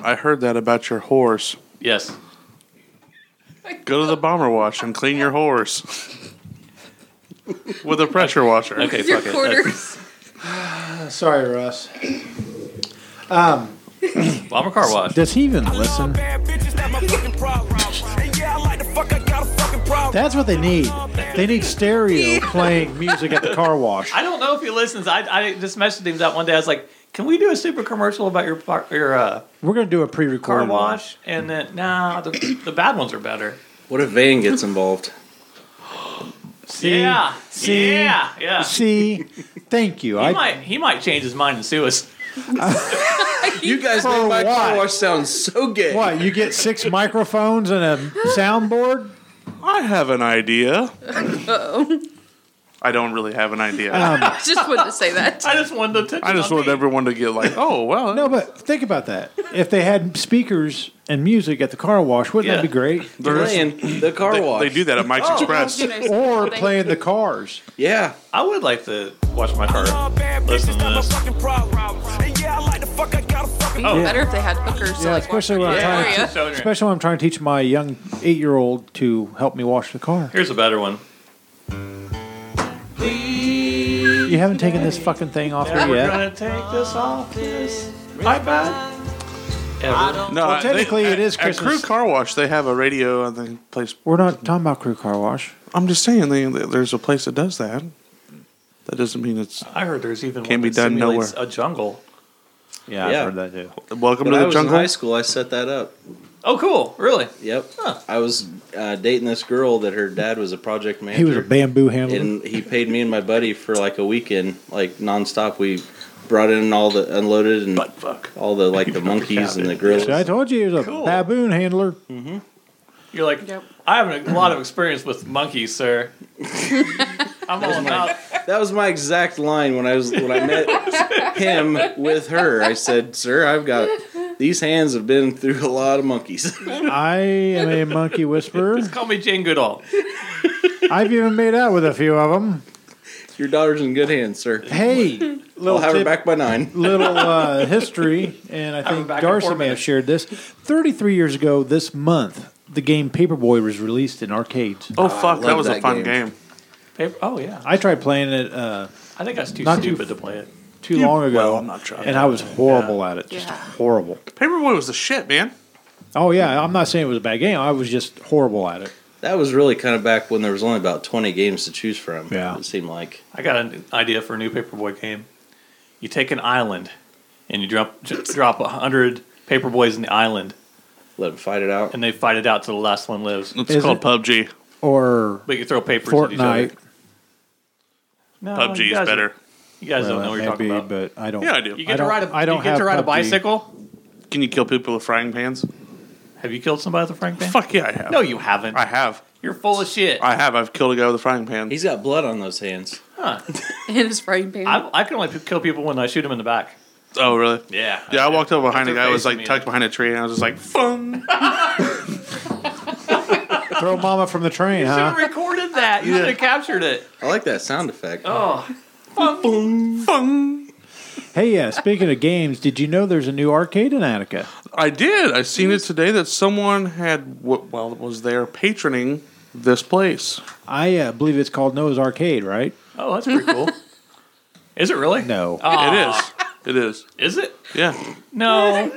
I heard that about your horse. Yes. Go to the bomber wash and clean your horse with a pressure washer. Okay, Your fuck it. quarters. Sorry, Russ. Um, Bomber car wash. Does he even listen? That's what they need. They need stereo playing music at the car wash. I don't know if he listens. I, I just messaged him that one day. I was like, "Can we do a super commercial about your par- your uh, We're gonna do a car pre-recorded one. wash?" And then, nah, the, the bad ones are better. What if Van gets involved? See, yeah, see, yeah, yeah. See, thank you. He I might he might change his mind and sue us. You guys make my car wash sound so gay. what? You get six microphones and a soundboard. I have an idea. Uh-oh. I don't really have an idea. I just wanted to say that. I just wanted to. I just want everyone to get like, oh well. No, but think about that. If they had speakers and music at the car wash, wouldn't that Yeah. be great? Playing the car wash. They do that at Mike's Oh. Express. or playing the cars. Yeah, I would like to wash my car. Listen to this. It'd be better if they had hookers. Yeah, especially when I'm yeah. trying, to, especially when I'm trying to teach my young eight-year-old to help me wash the car. Here's a better one. You haven't taken this fucking thing off Now here we're yet. gonna take this off this iPad. Ever. No, Well, technically they, it is at- At Christmas. Crew Car Wash, they have a radio and they place. We're not talking about crew car wash. I'm just saying, they, there's a place that does that. That doesn't mean it's. I heard there's even Can't one be that done simulates nowhere. A jungle. Yeah, Yeah. I've heard that too. Welcome when to I the was jungle. in high school, I set that up. Oh, cool! Really? Yep. I was uh, dating this girl that her dad was a project manager. He was a bamboo handler. and he paid me and my buddy for like a weekend, like nonstop. We brought in all the unloaded and all the like the monkeys and the grills. See, I told you he was a baboon handler. You're like, I have a lot of experience with monkeys, sir. I'm all about. That was my exact line when I was when I met him with her. I said, "Sir, I've got these hands have been through a lot of monkeys." I am a monkey whisperer. Call me Jane Goodall. I've even made out with a few of them. Your daughter's in good hands, sir. Hey, I'll little have her tip- back by nine. little uh, history, and I think back in Darcy four may have minutes. shared this. 33 years ago this month, the game Paperboy was released in arcades. Oh fuck, that love was a that fun game. game. Paper- Oh yeah, I tried playing it uh, I think I was too Not too stupid to play it. too long ago, I'm not trying. and I was horrible at it. Just Yeah. horrible. Paperboy was the shit, man. Oh, yeah, I'm not saying it was a bad game. I was just horrible at it. That was really kind of back when there was only about twenty games to choose from. Yeah. it seemed like. I got an idea for a new paperboy game. You take an island, and you drop j- drop a hundred paperboys in the island, Let them fight it out. and they fight it out till the last one lives. It's Is called it? PUBG. Or But you throw papers at each other. Fortnite. No, you PUBG guys- is better. You guys Well, don't know what it you're may talking be, about. uh, but I don't. Yeah, I do. You I get to don't- ride a, I don't you get have to ride a PUBG. bicycle. Can you kill people with frying pans? Have you killed somebody with a frying pan? Fuck yeah, I have. No, you haven't. I have. You're full of shit. I have. I've killed a guy with a frying pan. He's got blood on those hands. Huh. In his frying pan. I, I can only p- kill people when I shoot them in the back. oh really? Yeah. Yeah, I walked up behind a That's guy who was amazing, like tucked behind a tree, and I was just like, "Fun." Throw Mama from the train, You should huh? have recorded that. You should have captured it. I like that sound effect. Oh, Hey, yeah. Speaking of games, did you know there's a new arcade in Attica? I did. I seen it today that someone had w- well was there patroning this place. I uh, believe it's called Noah's Arcade, right? oh, that's pretty cool. Is it really? No. Oh. It is. It is. Is it? Yeah. No.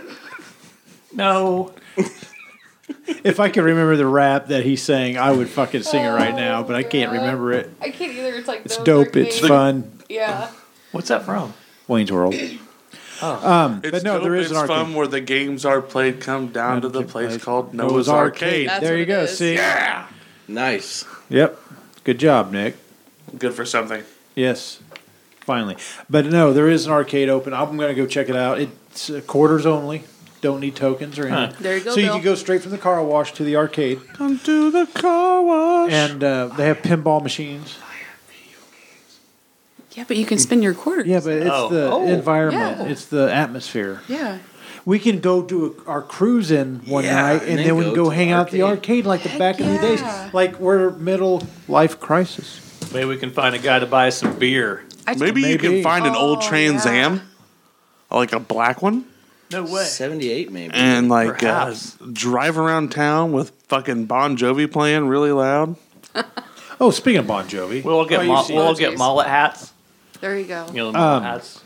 No. If I could remember the rap that he sang, I would fucking sing it right now, but I can't remember it. I can't either. It's like It's those dope. arcade- It's fun. Yeah. What's that from? Wayne's World. Oh. Um, but no, dope, there is it's an arcade. fun where the games are played. Come down to the place called Noah's, Noah's Arcade. Arcade. That's there what you it go. is. See. Nice. Yep. Good job, Nick. Good for something. Yes. Finally. But no, there is an arcade open. I'm going to go check it out. It's uh, quarters only. Don't need tokens or anything. There you go, So you Bill. can go straight from the car wash to the arcade, Come to the car wash. and uh, they have pinball machines. Yeah, but you can spin your quarters. Yeah, but it's Oh. the Oh. environment. Yeah. It's the atmosphere. Yeah. We can go do a, our cruise in one Yeah, night, and and then then we can go go to hang the out at the arcade like the back in the yeah. days, like we're middle life crisis. Maybe we can find a guy to buy us some beer. Maybe, you Maybe. can find an old Oh, Trans yeah. Am, like a black one, No way. 78, maybe. and like uh, Perhaps. drive around town with fucking Bon Jovi playing really loud. Oh, speaking of Bon Jovi, We'll all get Oh, you mo- see- we'll all get Emojis. mullet hats. There you go. You know, the mullet Um, hats.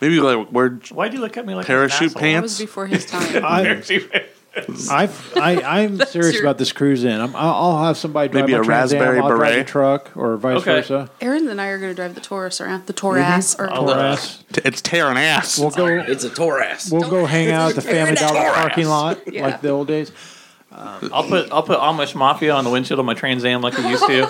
Maybe like wear Why do you look at me like an parachute That was pants. before his time. I, pants? I've, I, I'm serious your- about this cruise in. I'm, I'll, I'll have somebody drive Maybe my a Trans Am, raspberry I'll drive beret. the truck or vice Okay. versa. Aaron and I are going to drive the Taurus around. Mhm. The Taurus. Or I'll- Or Uh, us. T- It's tearing ass. We'll go. It's a Taurus. We'll go hang out at the Family Dollar parking lot Yeah. like the old days. I'll put I'll put Amish Mafia on the windshield of my Trans Am like we used to,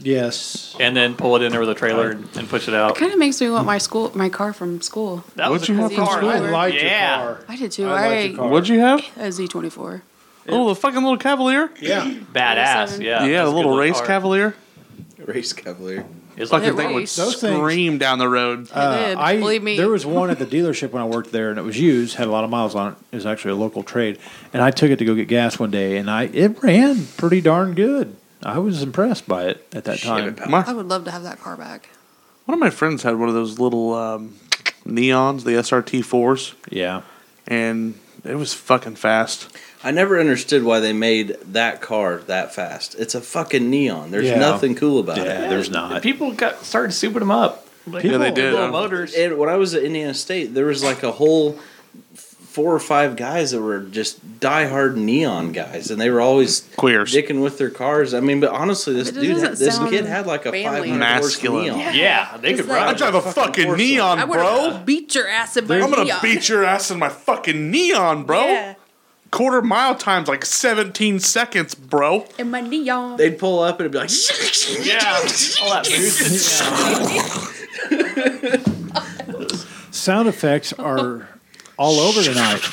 Yes. and then pull it in over the trailer and, and push it out. kind of makes me want my school, my car from school. That was What'd you a have cool from car. school? I liked your yeah. car. I did too. I I, liked your car. What'd you have? a Z24. Oh, the fucking little Cavalier. Yeah. Badass. Seven. Yeah. yeah, that's a the little good race car. Cavalier. Race Cavalier. It's like Fucking It thing would raced. Those things- uh, scream down the road. I did. I Believe me. there was one at the dealership when I worked there, and it was used, had a lot of miles on it. It was actually a local trade, and I took it to go get gas one day, and I it ran pretty darn good. I was impressed by it at that time. My- I would love to have that car back. one of my friends had one of those little um, neons, the SRT fours, Yeah, and it was fucking fast. I never understood why they made that car that fast. It's a fucking neon. There's Yeah. nothing cool about yeah. it. There's And not. people got started souping them up. Like, Yeah, they little- did, Little huh? motors. And when I was at Indiana State, there was like a whole four or five guys that were just diehard neon guys, and they were always Queers. dicking with their cars. I mean, but honestly, this But it dude, doesn't this sound kid had like a five manly. hundred horse Masculine. neon. yeah, they could Just like- I ride. drive a fucking neon, I would bro. have beat your ass in my I'm gonna Fiat. beat your ass in my fucking neon, bro. Yeah, Quarter mile times like 17 seconds, bro. in my neon. They'd pull up and it'd be like, Yeah, all that music. Sound effects are all over tonight.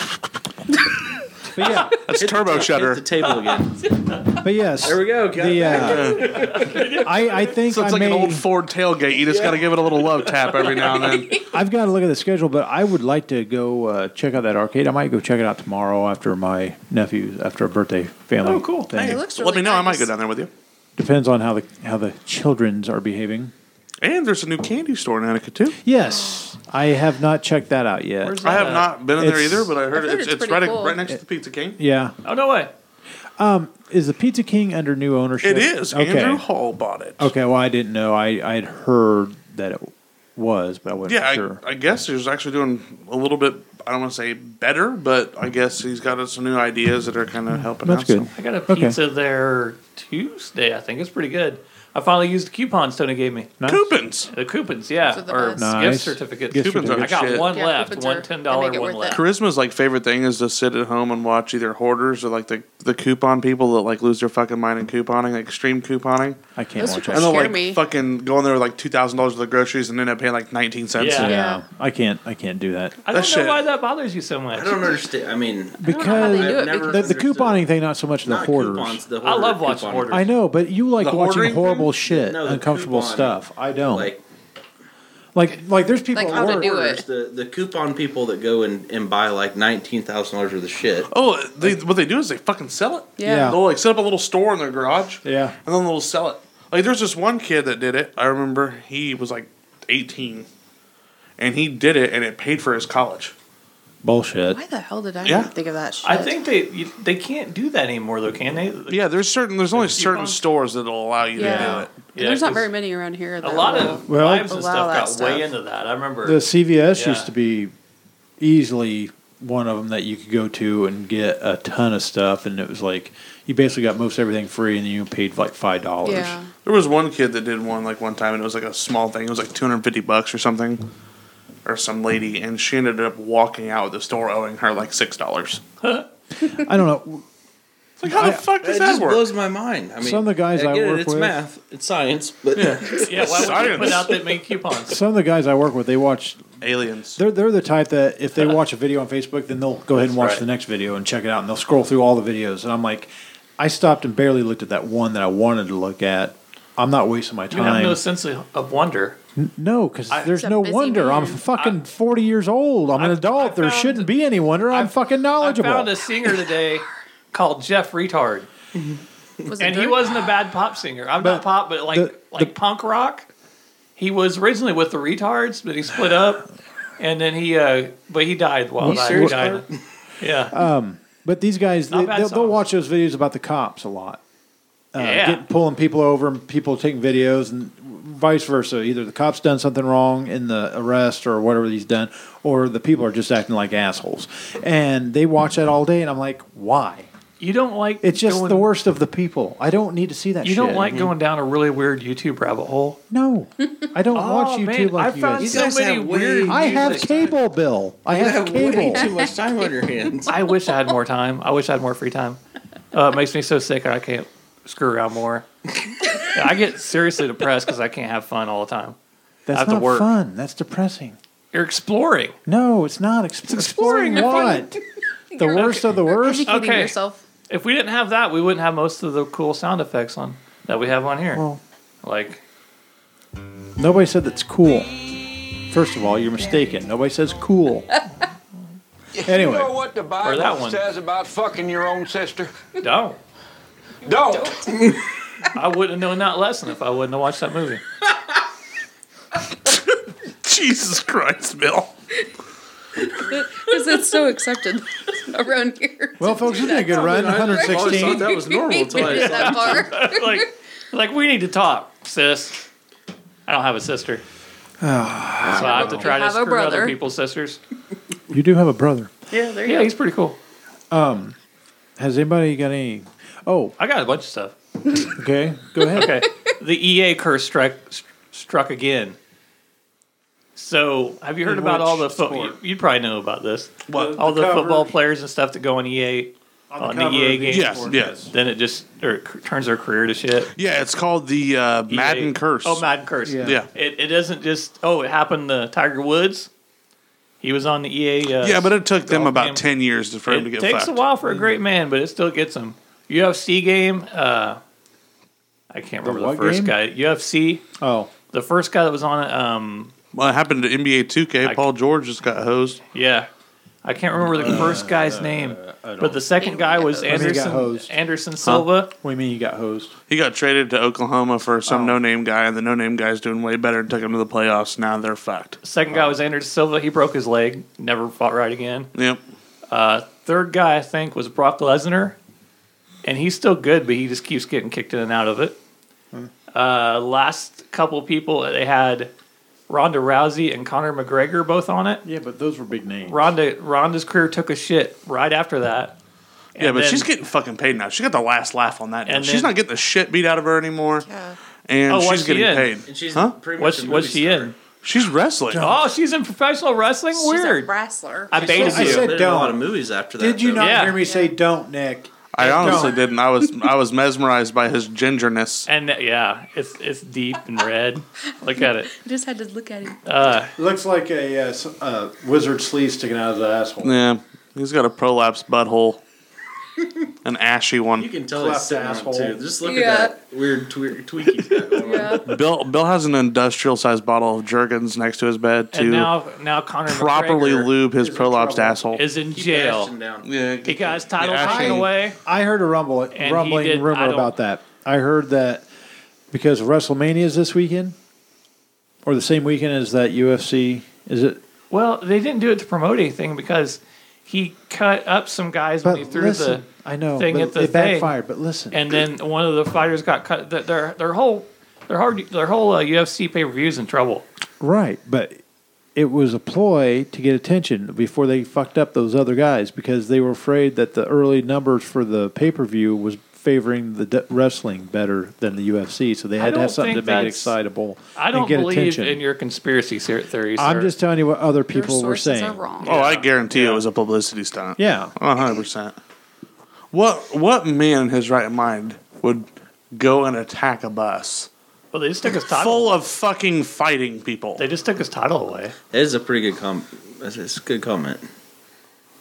but yeah, That's turbo hit the shutter. table again. but yes. There we go. Got The, it. uh, I, I think So I it's like may, an old Ford tailgate. You just gotta give it a little love tap every now and then. I've got to look at the schedule, but I would like to go uh, check out that arcade. I might go check it out tomorrow after my nephew's after a birthday family. Oh, cool. thing. it looks really Let me know. I might nice. go down there with you. Depends on how the how the childrens are behaving. And there's a new candy store in Attica too. Yes, I have not checked that out yet. Where's I that have at? not been in there It's- either, but I I've heard heard it's, it's it's pretty right, cool. right next to Pizza King. yeah, Oh no way. is the Pizza King under new ownership? It is. Okay. Andrew Hall bought it. Okay. Well, I didn't know. I I had heard that it was, but I wasn't Yeah, sure. I, I guess he's actually doing a little bit. I don't want to say better, but I guess he's got some new ideas that are kind of helping. That's out good. some. I got a Okay. pizza there Tuesday. I think it's pretty good. I finally used the coupons Tony gave me. Nice. Coupons. The coupons, yeah, So the or best. Nice. gift certificates. Gift Coupons I are good got shit. one Yeah, left. coupons One are- ten they dollar, make it one left. worth it. Charisma's like favorite thing is to sit at home and watch either hoarders or like the, the coupon people that like lose their fucking mind in couponing, like extreme couponing. I can't Those watch are it. And they'll Scare like me. fucking go in there with like two thousand dollars worth of groceries and end up paying like nineteen cents. Yeah. Yeah, I can't. I can't do that. I don't know That shit- why that bothers you so much. I don't understand. I mean, Because they do it, I've never the, the understood- couponing thing, not so much the not hoarders. coupons, the I love hoarder watching couponing. hoarders. I know, but you like The watching hoarding horrible thing? shit, No, the uncomfortable coupon. stuff. I don't like, Like like there's people Like, at how to work. do it. there's the the coupon people that go and, and buy like nineteen thousand dollars worth of shit. Oh, they, what they do is they fucking sell it. Yeah. Yeah. They'll like set up a little store in their garage. Yeah. And then they'll sell it. Like there's this one kid that did it. I remember he was like 18, and he did it, and it paid for his college. Bullshit. Why the hell did I Yeah. not think of that shit? I think they you- they can't do that anymore though, can they? Yeah, there's certain there's only certain coupons? stores that'll allow you Yeah. to do it. Yeah, there's not 'cause very many around here. A that lot will. of Well- wives and Allow stuff that got way stuff. into that. I remember. The CVS Yeah. used to be easily one of them that you could go to and get a ton of stuff, and it was like you basically got most everything free, and you paid like five dollars. Yeah. There was one kid that did one like one time, and it was like a small thing. It was like 250 bucks or something, or some lady, and she ended up walking out of the store owing her like six dollars. I don't know. Like how the fuck it does that just work? blows my mind. I mean, Some of the guys I get it, work it's with- math, it's science, but Yeah, why would you Science. put out that many coupons? Some of the guys I work with, they watch. Aliens. They're they're the type that if they watch a video on Facebook, then they'll go ahead and watch right. the next video and check it out, and they'll scroll through all the videos. And I'm like, I stopped and barely looked at that one that I wanted to look at. I'm not wasting my You have time. no sense of of wonder. No, because there's It's a no busy wonder. I'm man. fucking 40 years old. I'm an I- adult. I there found- shouldn't be any wonder. I'm I- fucking I knowledgeable. found a singer today called Jeff Retard, Was it and he dirt? wasn't a bad pop singer. I'm But not pop, but like the- like punk rock. He was originally with the Retards, but he split up, and then he uh, but he died while You I- he serious, Uh, died. Yeah, but these guys, Not they, bad they'll, they'll songs. watch those videos about the cops a lot. Uh, Yeah. getting- pulling people over and people taking videos and vice versa. Either the cop's done something wrong in the arrest or whatever he's done, or the people are just acting like assholes. And they watch that all day, and I'm like, why? you don't like It's just going- the worst of the people. I don't need to see that You shit. Mm-hmm. don't like going down a really weird YouTube rabbit hole. No. I don't watch YouTube Oh, man, like I you found guys. You so guys many have way weird. too I have music. cable, Bill. I you have have way cable. too much time on your hands. I wish I had more time. I wish I had more free time. Uh, it makes me so sick I can't screw around more. Yeah, I get seriously depressed because I can't have fun all the time. I That's have to not work. fun. That's depressing. You're exploring. No, it's not. Ex- exploring, what? the worst of the worst. Educating Okay. yourself. If we didn't have that, we wouldn't have most of the cool sound effects on that we have on here. Well- like Nobody said that's cool. First of all, you're mistaken. Nobody says cool. You know anyway, what the Bible that one. says about fucking your own sister? no, Don't. I wouldn't have known that lesson if I wouldn't have watched that movie. Jesus Christ, Bill. Because it's so accepted around here. well, folks, it's been a good run. I always Oh, thought 116. that was normal until I Is saw that far? like, like we need to talk, sis. I don't have a sister, so I have to try You to have screw a other brother. people's sisters. You do have a brother. yeah, there you Yeah, go. he's pretty cool. Has anybody got any? Oh, I got a bunch of stuff. okay. Go ahead. Okay. the EA curse struck st- struck again. So, have you heard In about which all the sport? football? You'd probably know about this. What? all the, cover- football players and stuff that go on EA on the, EA games. Yes, sport, yes. yes. Then it just or, c- turns their career to shit. Yeah, it's called the uh, Madden EA Curse. Oh, Madden curse. Yeah. Yeah. It it doesn't just oh it happened to Tiger Woods. He was on the EA. Uh, Yeah, but it took them Golf about game. ten years to- for him to it get takes fucked. a while for a great man, but it still gets him. UFC game. Uh, I can't remember the, what first game? guy. UFC. Oh, The first guy that was on it, um, Well, it happened to NBA 2K. I- Paul George just got hosed. yeah, I can't remember Uh, the first guy's name, but the second guy was got Anderson hosed. Anderson Silva. what do you mean you got hosed? He got traded to Oklahoma for some Oh. no-name guy, and the no-name guy's doing way better and took him to the playoffs. Now they're fucked. Second guy was Anderson Silva. He broke his leg, never fought right again. Yep. Third guy I think was Brock Lesnar, and he's still good, but he just keeps getting kicked in and out of it. Hmm. Uh, last couple people they had Ronda Rousey and Conor McGregor both on it. Yeah, but those were big names. Ronda Ronda's career took a shit right after that. yeah, but then- she's getting fucking paid now. She got the last laugh on that. Now. And She's then- not getting the shit beat out of her anymore. And Oh, what's she's she getting in? paid. And she's Huh? pretty much What's a what's movie she star. in? She's wrestling. Oh, she's in professional wrestling. She's Weird. a wrestler. I She baited I you. said said in a lot don't. of movies after that. Did you though. not Yeah. hear me say don't, Nick? I honestly Don't. didn't. I was I was mesmerized by his gingerness. and uh, yeah, it's it's deep and red. Look at it. I just had to look at him. Looks like a uh, s- uh, wizard sleeve sticking out of the asshole. Yeah, he's got a prolapse butthole, an ashy You one. can tell he's Clapped sitting on it, asshole. too. Just look Yeah. at that weird twe- tweaky. he's got going on. Yeah. Bill Bill has an industrial sized bottle of Jergens next to his bed to And now now Conor properly McGregor lube his prolapsed trouble. asshole. is in Keep jail Ashton down. yeah, He got his title Yeah, taken actually- away. I heard a rumble, he rumbling did- I rumor don't- about that. I heard that because WrestleMania is this weekend, or the same weekend as that UFC. Is it? Well, they didn't do it to promote anything because he cut up some guys But when he threw listen, the I know thing but at the it thing. backfired. But listen, and then one of the fighters got cut. Th- Their their whole their hard their whole uh, UFC pay per views in trouble. right? But it was a ploy to get attention before they fucked up those other guys because they were afraid that the early numbers for the pay per view was favoring the d- wrestling better than the UFC, so they had I to don't have something to think make it that's- excitable. I and don't get believe attention. in your conspiracy ser- theories. I'm sir. just telling you what other people were saying. Oh, I guarantee it was a publicity stunt. Yeah. 100%. What what man in his right mind would go and attack a bus? Well, they just took his title. Full of fucking fighting people. They just took his title away. That is a pretty good com. That's it's a good comment.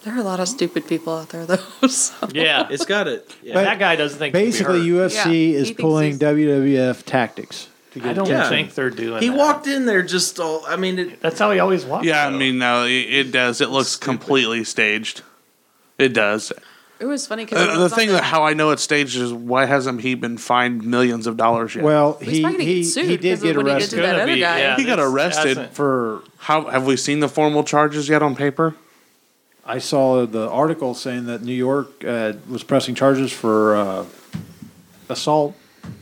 There are a lot of stupid people out there, though. Uh, so- Yeah, it's got it. But that guy doesn't think. Basically, UFC Yeah, is he thinks pulling WWF tactics. To I don't attention. think they're doing. He that. walked in there just all. I mean, it, that's how he always walks. Yeah, I mean, no, it, it does. It looks completely staged. It does. It was funny because Uh, the thing that how I know it's staged is why hasn't he been fined millions of dollars yet? Well, He's probably gonna get sued because of when he did to that other guy. he got arrested for how? Have we seen the formal charges yet on paper? I saw the article saying that New York uh, was pressing charges for uh, assault.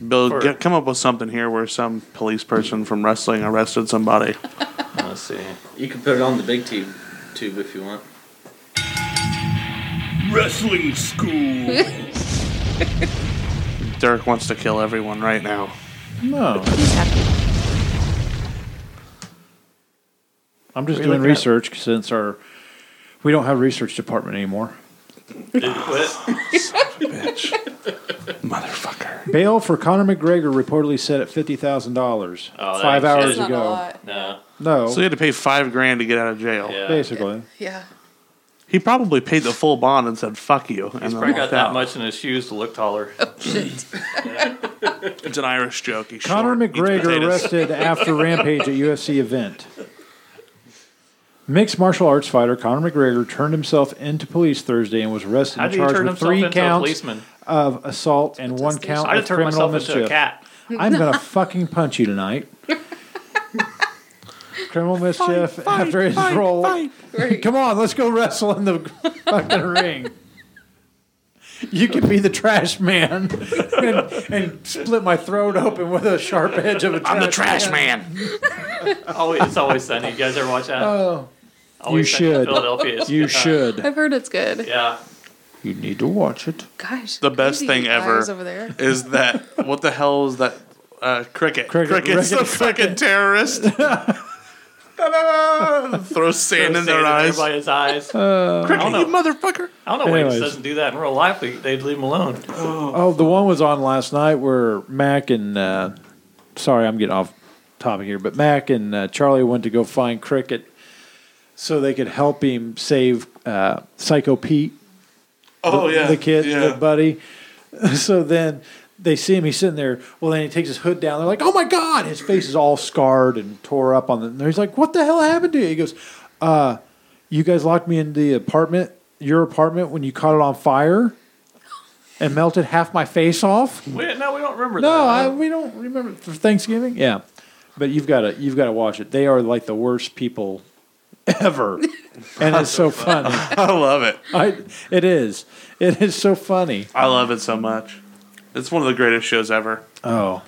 Bill, For- get, come up with something here where some police person from wrestling arrested somebody. Let's see. You can put it on the big tube, tube if you want. Wrestling school. Derek wants to kill everyone right now. No. I'm just What are you doing looking at? research since our we don't have a research department anymore. Did he quit? Bail for Conor McGregor reportedly set at fifty thousand dollars Oh, five that ain't hours shit. That's not a ago. lot. No. No, So he had to pay five grand to get out of jail. basically. Yeah. He probably paid the full bond and said "fuck you." and He's then probably got walked that out. much in his shoes to look taller. It's an Irish joke. He's Conor short, eats McGregor potatoes. arrested after rampage at UFC event. Mixed martial arts fighter Conor McGregor turned himself into police Thursday and was arrested How and did he charged turn with himself three into a counts policeman? of assault and one count of I'd have turned Oh, criminal myself into a mischief. cat. I'm gonna fucking punch you tonight. criminal mischief after his role. Come on, let's go wrestle in the fucking ring. You can be the trash man and, and split my throat open with a sharp edge of a trash I'm the trash man. always, it's always sunny. You guys ever watch that? Oh. Always You Sunny in should. Philadelphia. It's You good time. should. I've heard it's good. Yeah. You need to watch it. Gosh. the best crazy thing ever guys over there. is that what the hell is that uh, cricket? Cricket. Cricket's the Cricket. fucking terrorist. Ta-da! Throw sand in their eyes. By his eyes. Uh, I don't know. motherfucker. I don't know why he just Anyways. doesn't do that in real life. They- They'd leave him alone. Oh, the one was on last night where Mac and uh, sorry, I'm getting off topic here, but Mac and uh, Charlie went to go find Cricket so they could help him save uh, Psycho Pete. Oh, the, yeah, the kid, yeah. the buddy. So then they see him. He's sitting there. Well, then he takes his hood down. They're like, "Oh my god!" His face is all scarred and tore up on the. and he's like, "What the hell happened to you?" He goes, "Uh, you guys locked me in the apartment, your apartment, when you caught it on fire." And melted half my face off. We, no, we don't remember that. No, I, we don't remember for Thanksgiving. Yeah, but you've got to you've got to watch it. They are like the worst people ever, and it's so funny. I love it. I, it is. It is so funny. I love it so much. It's one of the greatest shows ever. Oh,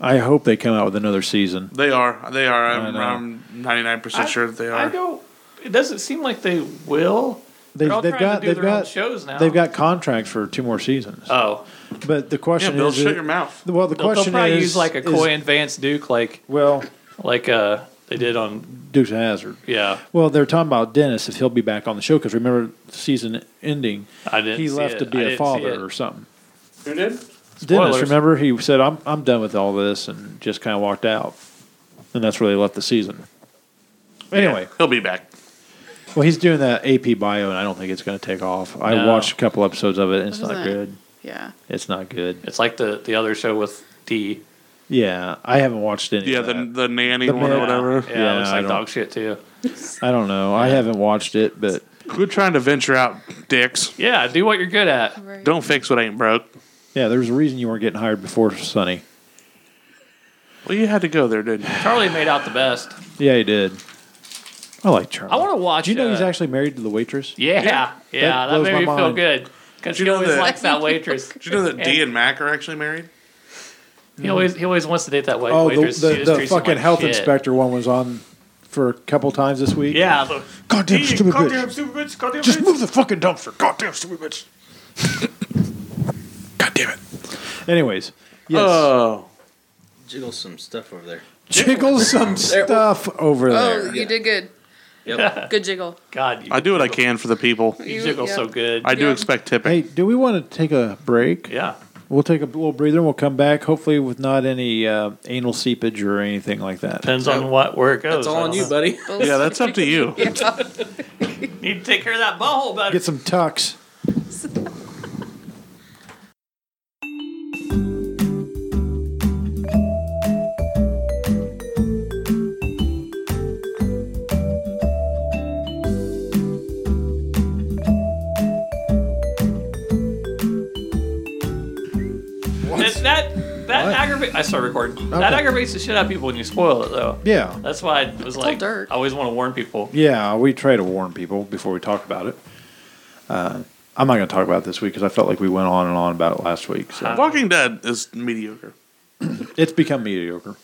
I hope they come out with another season. They are. They are. I I'm, know. I'm 99% sure that they I are. don't. It doesn't seem like they will. They, They're all have trying to got do they've their own got shows now. They've got contracts for two more seasons. Oh, But the Yeah, question Bill, is, shut your mouth. well, the they'll, they'll question probably is, use like a is- Coy and Vance Duke, like well, like uh they did on Dukes of Hazard. yeah. Well, they're talking about Dennis if he'll be back on the show because remember the season ending, I didn't. he see left it. to I be didn't a see it. father or something. Who did? Dennis, Spoilers. remember he said, "I'm I'm done with all this," and just kind of walked out, and that's where they left the season. Anyway, He'll be back. Well, he's doing that AP bio, and I don't think it's going to take off. I No. watched a couple episodes of it, and it's What not is that? good. Yeah. It's not good. It's like the the other show with D. Yeah, I haven't watched any. Yeah, of the, that. the nanny The one or man- whatever. Yeah, it looks I like don't- dog shit too. I don't know. I haven't watched it, but We're trying to venture out, dicks. Yeah, do what you're good at. Right. Don't fix what ain't broke. yeah, there's a reason you weren't getting hired before Sonny. Well, you had to go there, didn't you? Charlie made out the best. Yeah, he did. I like Charlie. I want to watch. Do you know uh, he's actually married to the waitress? Yeah, yeah, That that, blows my made me feel mind. good because You he know always that- likes that waitress. Did you know that Dee and Mac are actually married? He always he always wants to date that wait- Oh, the waitress. She the, just the treats him fucking like health shit. inspector one was on for a couple times this week. Yeah. the- Goddamn Yeah, stupid bitch. Goddamn stupid bitch. Goddamn Just bitch. move the fucking dumpster. Goddamn stupid bitch. Anyways, yes. Uh, Oh. Jiggle some stuff over there. Jiggle some There- stuff over Oh, there. you did good. Yep. Good jiggle. God, you I do what I can for the people. You You- jiggle yeah. so good. I do Yeah. expect tipping. Hey, do we want to take a break? Yeah. We'll take a little breather and we'll come back, hopefully with not any uh, anal seepage or anything like that. Depends on what where it goes. That's all on you, buddy. Yeah, that's up to you. Need to take care of that butthole better. Get some tucks. That that, that aggravates. I started recording. That Okay. aggravates the shit out of people when you spoil it, though. Yeah. That's why I was like, I always want to warn people. Yeah, we try to warn people before we talk about it. Uh, I'm not going to talk about it this week because I felt like we went on and on about it last week. So Walking Dead is mediocre. it's become mediocre.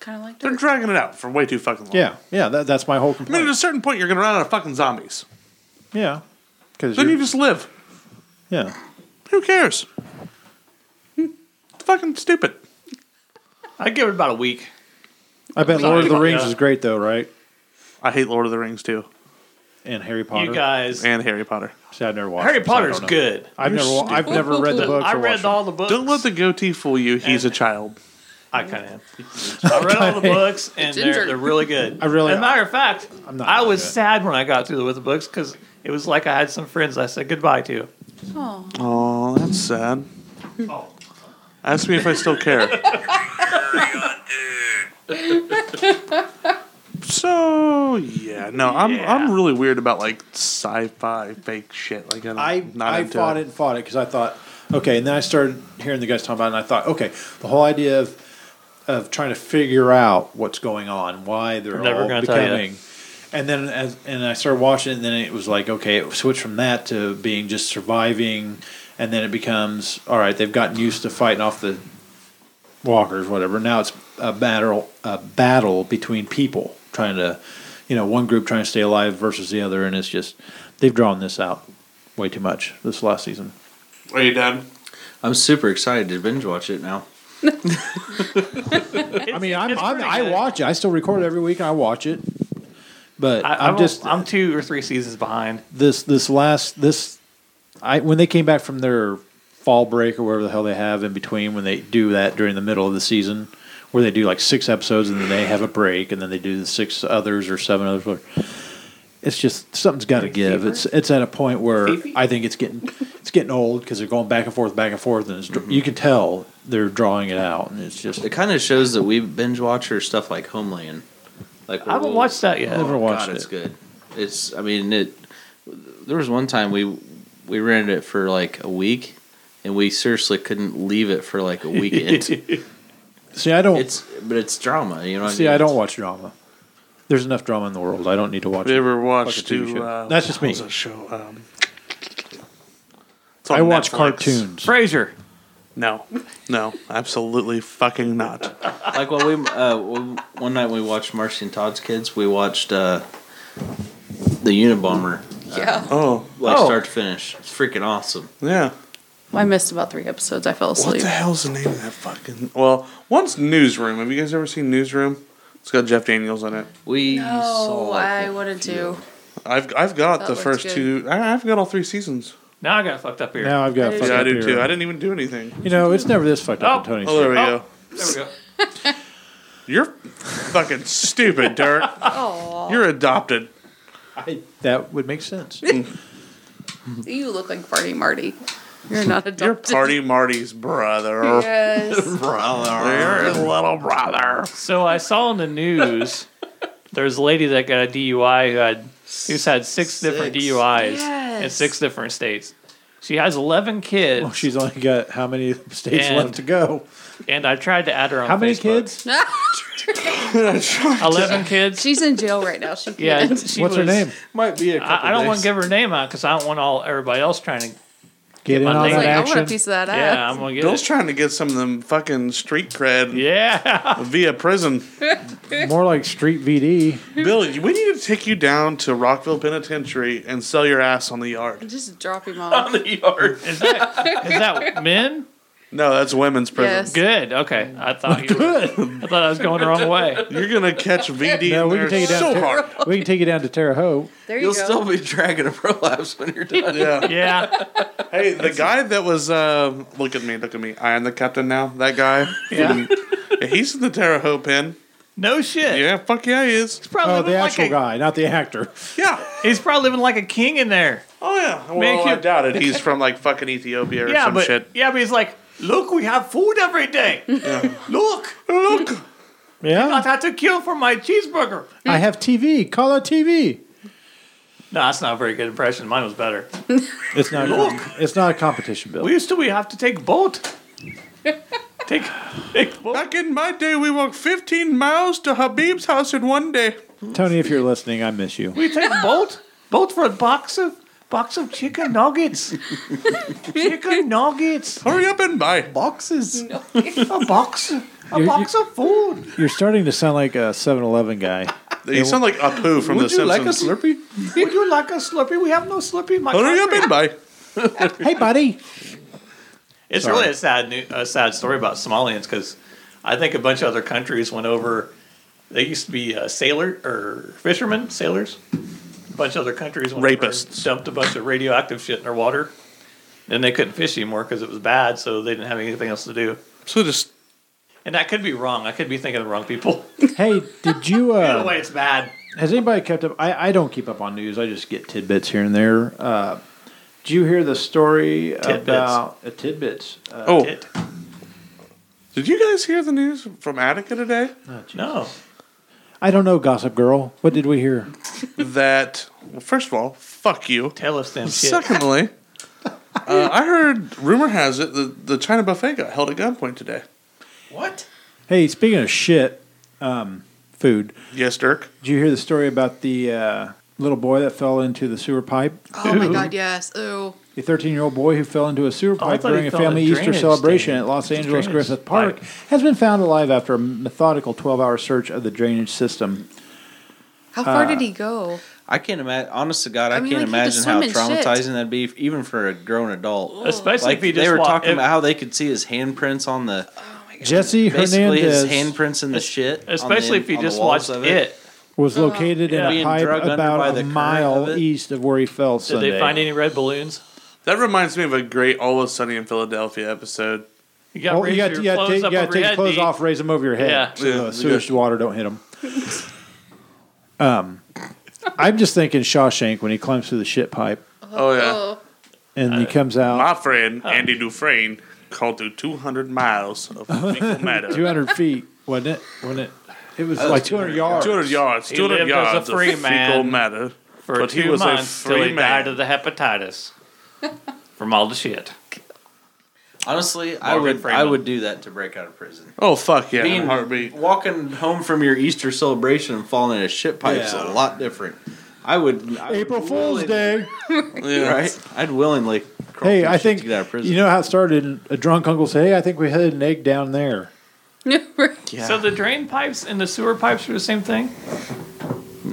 Kind of like They're dragging it out for way too fucking long. Yeah, yeah, that, that's my whole I mean, complaint. at a certain point, you're going to run out of fucking zombies. Yeah, because Then you just live. yeah, Who cares? It's fucking stupid. I give it about a week. I bet Sorry Lord of the about Rings that. is great though, right? I hate Lord of the Rings too. And Harry Potter. You guys. And Harry Potter. See, I've never watched. Harry it, so I don't Potter's know. good. I've never. wa- I've never read the books. I or read watched all the books. Don't let the goatee fool you. He's a child. I kind of am. I read all the books, and Ginger. they're, they're really good. I really- As a matter of fact, not I was good. sad when I got through with the books because it was like I had some friends I said goodbye to. Oh, Oh, that's sad. Ask me if I still care. so yeah, no, I'm I'm really weird about like sci-fi fake shit. Like I'm I not I into fought it and fought it because I thought okay, and then I started hearing the guys talking about it, and I thought okay, the whole idea of of trying to figure out what's going on, why they're Never all gonna tell ya. becoming. And then as and I started watching, it, and then it was like okay, it switched from that to being just surviving, and then it becomes all right. They've gotten used to fighting off the walkers, whatever. Now it's a battle, a battle between people trying to, you know, one group trying to stay alive versus the other, and it's just they've drawn this out way too much this last season. Are you done? I'm super excited to binge watch it now. I mean, I'm, I'm I watch it. I still record it every week. and I watch it, but I, I, am I'm just just I'm two or three seasons behind. this this last this I when they came back from their fall break or whatever the hell they have in between when they do that during the middle of the season where they do like six episodes and then they have a break and then they do the six others or seven others. Or, it's just something's got to give. It's it's at a point where I think it's getting it's getting old because they're going back and forth, back and forth, and it's, dr you can tell they're drawing it out, and it's just It kind of shows that we binge watch her stuff like Homeland. Like I haven't we'll- watched that yet. Oh, Never watched God, It's it. good. It's. I mean, it. There was one time we we rented it for like a week, and we seriously couldn't leave it for like a weekend. see. I don't it's but it's drama. You know. What see. I, mean? I don't watch drama. There's enough drama in the world. I don't need to watch. Have you ever fucking watched TV to, show. uh, That's just what me. was that show? Um, it's on I watch Netflix. cartoons. Frasier. No, no, absolutely fucking not. like when we uh, we- one night we watched Marcy and Todd's Kids. We watched uh, the Unabomber yeah. Oh like Oh. start to finish. It's freaking awesome. yeah. I missed about three episodes. I fell What asleep. the hell's the name of that fucking? Well, one's Newsroom. Have you guys ever seen Newsroom? It's got Jeff Daniels in it. We saw. Oh, like, I a wanted few. to. I've I've got That the looks first good. two. I, I've got all three seasons. Now I got fucked up here. Now I've got. I a do fucking yeah, I do theory. too. I didn't even do anything. You know, it's never this fucked up, Oh. Tony. Oh, there we Oh. go. There we go. You're fucking stupid, Dirk. Oh, You're adopted. that would make sense. you look like Party Marty. You're not adopted. You're Party Marty's brother. Yes. You're his little brother. So I saw in the news there's a lady that got a DUI who had who's had six, different Six. DUIs in Yes. six different states. She has eleven kids, Well, she's only got how many states And- left to go? and I tried to add her on. How many Facebook. kids? Eleven kids. She's in jail right now. She Yeah. can't. she What's her was- name? Might be a couple I, I don't want days. to give her name out because I don't want all everybody else trying to Get in my on name. that Like, I action. want a piece of that ass. Yeah, I'm gonna get Bill's it. trying to get some of them fucking street cred. Yeah. Via prison. More like Street VD. Bill, we need to take you down to Rockville Penitentiary and sell your ass on the yard. Just drop him off. on the yard. Is that is that men? No, that's women's prison. Yes. Good. Okay. I thought you were, I thought I was going the wrong way. You're gonna catch VD No, we can take it down. so to hard. Terre- we can take it down to Terre Haute. There you You'll go. still be dragging a prolapse when you're done. Yeah. Yeah. Hey, the guy that was uh, look at me, look at me. I am the captain now. That guy. Yeah. Yeah, He's in the Terre Haute pen. No shit. Yeah, fuck yeah, he is. Probably Oh, living the like actual a- guy, not the actor. Yeah. He's probably living like a king in there. Oh yeah. Well, Man, I you- doubt it. He's from like fucking Ethiopia or yeah, some but shit. yeah, but he's like, look, we have food every day. Look, Look. Yeah, not had to kill for my cheeseburger. I have TV. Call out TV. No, that's not a very good impression. Mine was better. It's not. Look. It's not a competition, Bill. We used to we have to take boat. take, take boat. Back in my day, we walked 15 miles to Habib's house in one day. Tony, if you're listening, I miss you. We take boat boat for a box of box of chicken nuggets. chicken nuggets. Hurry up and buy. Boxes. A box. A box of food. You're starting to sound like a 7-Eleven guy. You sound like Apu from Would The you like a Simpsons. Slurpee? Would you like a Slurpee? We have no Slurpee. in My Hurry up country. and buy. hey, buddy. It's Sorry. really a sad, new, a sad story about Somalians because I think a bunch of other countries went over. They used to be uh, sailor or fishermen, sailors. A bunch of other countries went over and Rapists. dumped a bunch of radioactive shit in their water. Then they couldn't fish anymore because it was bad, so they didn't have anything else to do. So just And that could be wrong. I could be thinking of the wrong people. Hey, did you? Either Uh, way, it's bad. has anybody kept up? I, I don't keep up on news. I just get tidbits here and there. Uh, did you hear the story Tidbits. about uh, tidbits? Uh, oh, It- did you guys hear the news from Attica today? no. I don't know, Gossip Girl. What did we hear? that well, first of all, fuck you. Tell us them shit. Secondly, uh, I heard rumor has it that the China buffet got held at gunpoint today. What? Hey, speaking of shit, um, food. Yes, Dirk. Did you hear the story about the uh, little boy that fell into the sewer pipe? Oh my god, yes. Ooh. The 13 year old boy who fell into a sewer Oh, I pipe thought he during a fell in family a Easter drainage celebration thing. at Los Angeles drainage Griffith Park pipe. has been found alive after a methodical 12 hour search of the drainage system. How far Uh, did he go? I can't imagine. Honest to God, I, I mean, can't like, he could imagine how swim in shit. traumatizing that'd be, f- even for a grown adult. Especially Like if he just they were wa- talking if- about how they could see his handprints on the Jesse basically Hernandez his handprints in the shit. on the Especially in- if you on the just walls watched of it. was located Yeah. in a Being pipe drugged under by about the a current mile of it. east of where he fell Did Sunday. they find any red balloons? That reminds me of a great Always Sunny in Philadelphia episode. You got, Oh, raise you got your you got clothes to take, up you got over to take your your head, clothes Deke. off, raise them over your head, Yeah. so Yeah. the sewage water don't hit them. um, I'm just thinking Shawshank when he climbs through the shit pipe Uh-huh. Oh yeah, Oh. and he comes out. my friend Andy Dufresne called through 200 miles of fecal matter. 200 feet, wasn't it? Wasn't it? It was like 200 yards. 200 yards. He 200 lived yards as a free of fecal man matter. for But he two was a months till free he man. died of the hepatitis from all the shit. Honestly, I Morgan would I Freeman. would do that to break out of prison. Oh fuck yeah, Being heartbeat. walking home from your Easter celebration and falling in a shit pipe is a Yeah. lot different. I would I would April Fool's willingly- Day. right? I'd willingly. crawl Hey, through I shit think to get out of prison. you know how it started. A drunk uncle said, "Hey, I think we had an egg down there." Yeah. So the drain pipes and the sewer pipes are the same thing.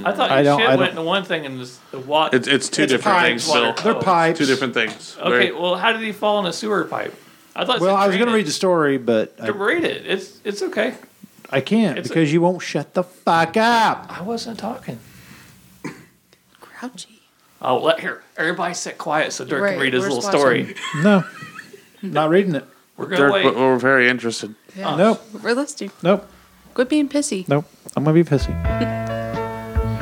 I thought your I don't- shit I don't- went into one thing and this, the water. It's, it's two different pipes. things, Bill. Water. They're Oh. pipes. Two different things. okay, well, how did he fall in a sewer pipe? I thought. it Well, said I was going to read the drainage. story, but To I, read it, it's it's okay. I can't It's a- because you won't shut the fuck up. I wasn't talking. Grouchy. Oh, let here. Everybody sit quiet so Dirk Right, can read his we're little just watching. story. No, not reading it. We're gonna Dirk, wait. but we're very interested. Yeah. Nope, We're listening. nope, Quit being pissy. nope. I'm going to be pissy.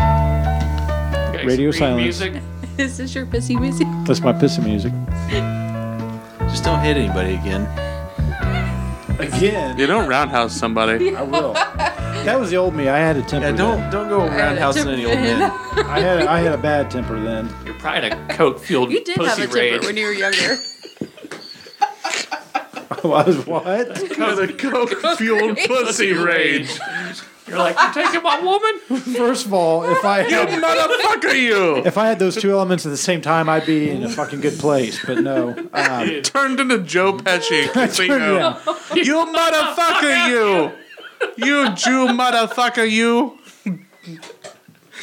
Okay, radio read silence. Music. Is this your pissy music? That's my pissy music. Just don't hit anybody again. Again, You don't roundhouse somebody. I will. That was the old me. I had a temper. Yeah, don't Then. don't go roundhousing any old man. I had a, I had a bad temper then. You're probably in a coke fueled You did pussy have a temper rage. when you were younger. I was what? the coke fueled pussy rage. You're like, you're taking my woman? First of all, if I You motherfucker, you! If I had those two elements at the same time, I'd be in a fucking good place. But no, um, turned into Joe Pesci. Casino. you motherfucker, you! You Jew motherfucker, you!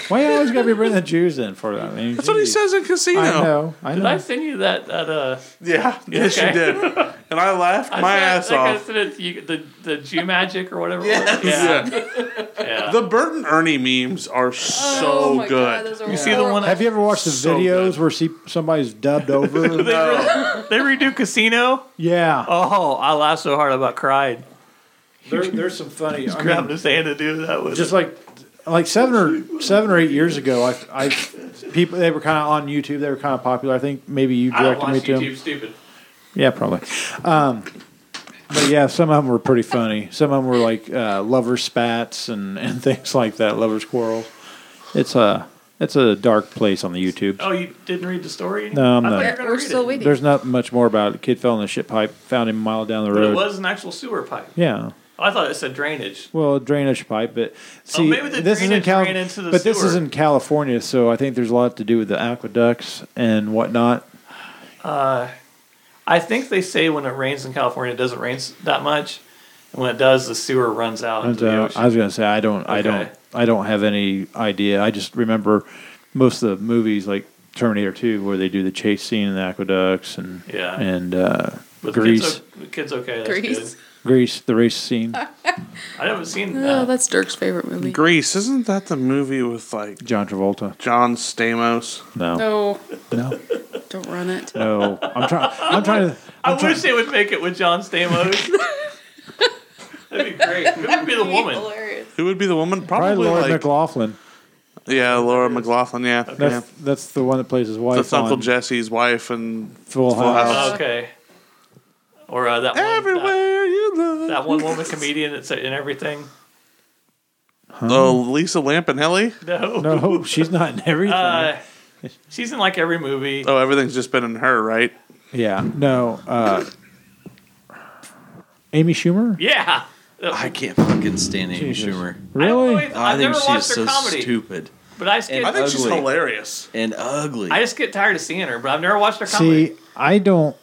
why you always gotta be bringing the Jews in for that? I mean, That's what he geez. says in Casino. I know. I know. Did I send you that? that uh, Yeah, yes, okay. you did. And I laughed I my sent- ass like I off. sent it to you, the, the Jew magic or whatever. Yes. It was. Yeah. Oh The Bert and Ernie memes are so my good. God, those are You see the horrible. one I- Have you ever watched the videos where see somebody's dubbed over? they, re- they redo Casino. Yeah. Oh, I laughed so hard I about cried. There, there's some funny. He's I grabbing mean, his hand to do that with. just it. like like seven or seven or eight years ago, I, I people they were kind of on YouTube. They were kind of popular. I think maybe you I don't directed watch me to YouTube. them. Stupid. Yeah, probably. Um, but yeah, some of them were pretty funny. Some of them were like uh, lover spats and, and things like that, lovers quarrels. It's a it's a dark place on the YouTube. Oh, you didn't read the story? No, I'm I thought not. you were gonna We're read it. still waiting. There's not much more about it. The kid fell in a shit pipe, found him a mile down the But road. it was an actual sewer pipe. Yeah. I thought it said drainage. Well, a drainage pipe, but see, Oh, maybe the this is in drainage Cal- ran into the but this sewer. is in California, so I think there's a lot to do with the aqueducts and whatnot. Uh, I think they say when it rains in California, it doesn't rain s- that much, and when it does, the sewer runs out And, into the uh, ocean. I was gonna say I don't, I Okay. don't, I don't have any idea. I just remember most of the movies like Terminator Two, where they do the chase scene in the aqueducts and Yeah. and uh, But the Grease, Kids, o- the kids okay. That's Grease. good. Grease, the race scene. I haven't seen that. Oh, that's Dirk's favorite movie. Grease, isn't that the movie with like John Travolta. John Stamos? No, No, no, don't run it. no. I'm trying. I'm trying to. I I'm try- wish they would make it with John Stamos. That'd be great. Who would be the woman? Hilarious. Who would be the woman? Probably, Probably Laura like McLaughlin. yeah, Laura McLaughlin. Yeah, yeah. That's that's the one that plays his wife. that's Uncle on- Jesse's wife and Full House. Okay. Or uh, that one, that, Everywhere you look. that one woman comedian that's in everything. Oh, Lisa Lampanelli. No. No, she's not in everything. Uh, she's in like every movie. Oh, everything's just been in her, right? yeah, no. Uh, Amy Schumer? Yeah. I can't fucking stand Amy Jesus. Schumer. Really? I've I think never she's watched her so comedy. stupid But I just And get, I think she's Ugly. hilarious. and ugly. I just get tired of seeing her. But I've never watched her comedy. See, I don't.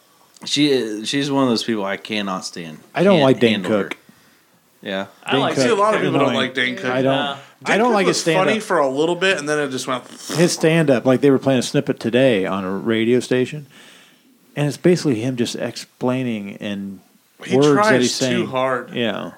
she is, she's one of those people I cannot stand. I don't Can't like Dan handle her. Cook. Yeah, I like I see a Dane lot of Cook. people don't Annoying. like Dane Cook. I don't. Nah. I don't like his It's funny stand up. for a little bit, and then it just went. His stand up, like they were playing a snippet today on a radio station, and it's basically him just explaining in He words tries that he's too saying. hard. Yeah,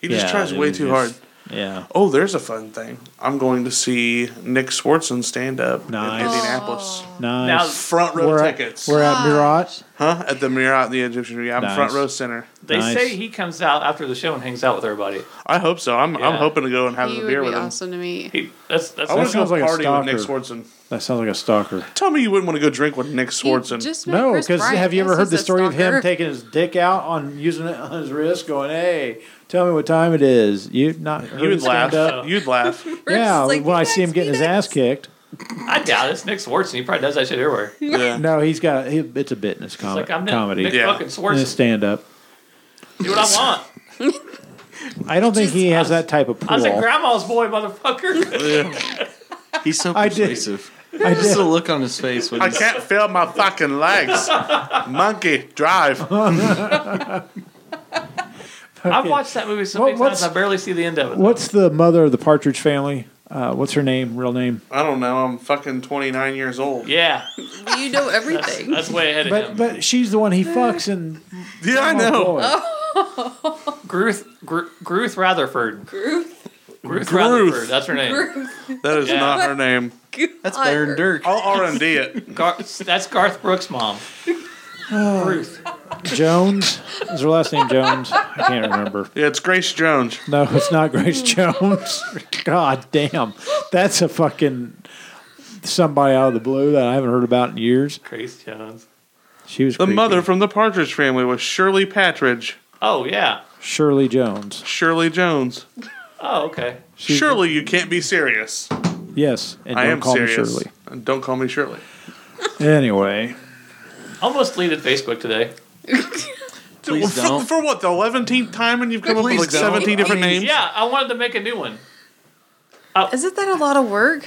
He just Yeah, tries it way was too just- hard. yeah. Oh, there's a fun thing. I'm going to see Nick Swartzen stand up Nice. in Indianapolis. Now Nice. Front row we're tickets. At, we're at Murat. Huh? At the Mirror at the Egyptian Museum. Nice. Front row center. They Nice. say he comes out after the show and hangs out with everybody. I hope so. I'm I'm Yeah. hoping to go and have He a would beer be with him. awesome to meet. He, that's that's I want to go sounds like a party with Nick stalker. Swartzen. That sounds like a stalker. Tell me you wouldn't want to go drink with Nick Swartzen. Just met No, Chris because Bryant. have you ever This heard is the a story of him stalker. taking his dick out on using it on his wrist, going, "Hey, tell me what time it is." You've not heard you him would stand laugh. up. You'd laugh. We're Yeah, just like, when you I see guys him getting meet his ass kicked. I doubt it. it's Nick Swartzen. He probably does that shit everywhere. He's Yeah. No, he's got he, it's a bit in his com- like I'm Nick, comedy. Nick Yeah. fucking In his Swartzen. stand up. Do what I want. I don't think he has that type of I was a pool. grandma's boy, motherfucker. he's so I did- persuasive. I Just the did. look on his face when I he's can't feel my fucking legs. Monkey, drive. I've watched that movie so many What- times. what's- I barely see the end of it. What's the mother of the Partridge Family? Uh, what's her name? Real name? I don't know. I'm fucking 29 years old. Yeah, You know everything. that's way ahead of But him. but she's the one Uh, he fucks and Yeah, I know. Oh. Gruth, Gru- Gruth Rutherford. Groove. Gruth, Gruth. Rutherford. That's her name. Groove. That is Yeah. not her name. that's better than Dirk. I'll R&D it. Gar- that's Garth Brooks' mom. Gruth. Jones is her last name Jones. I can't remember. Yeah, it's Grace Jones. No, it's not Grace Jones. God damn. That's a fucking somebody out of the blue that I haven't heard about in years. Grace Jones. She was The creepy. mother from the Partridge family was Shirley Patridge. Oh yeah. Shirley Jones. Shirley Jones. Oh okay. She's- Shirley, you can't be serious. Yes, and I don't am call serious. me Shirley. And don't call me Shirley. Anyway, Almost deleted Facebook today. Please for, don't. For what the eleventeenth time, and you've come up with Please like don't. seventeen different names. Yeah, I wanted to make a new one. Isn't that a lot of work?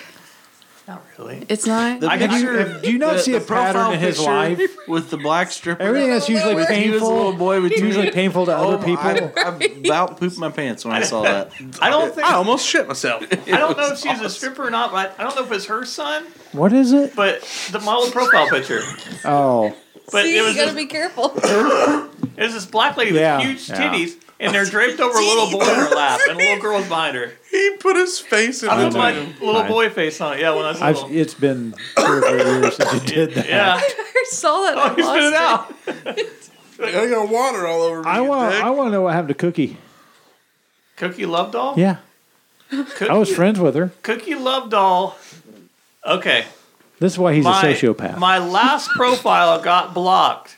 Really? It's not. The I can- picture- have- do you not see a pattern profile in his picture life? with the black stripper? Everything that's usually With you as a little painful, boy with usually you. painful to Oh, other people. I, I about pooped my pants when I saw that. I don't think- I almost shit myself. I don't know if she's a stripper or not, but I don't know if it's her son, What is it? but the model profile picture. Oh, But See, it you was gotta this, be careful. it was this black lady Yeah. with huge Yeah. titties, and they're draped over a little boy in her lap, and a little girl's behind her. He put his face in I the put Oh my tomb. little boy face on it. Yeah, when I was I've, little. it's been three or four years since you did that. Yeah. I saw that. Oh, and you spit it I out. I got water all over me. I want. I want to know what happened to Cookie. Cookie Love Doll? Yeah, Cookie, I was friends with her. Cookie Love Doll. Okay. This is why he's my, a sociopath. My last profile got blocked.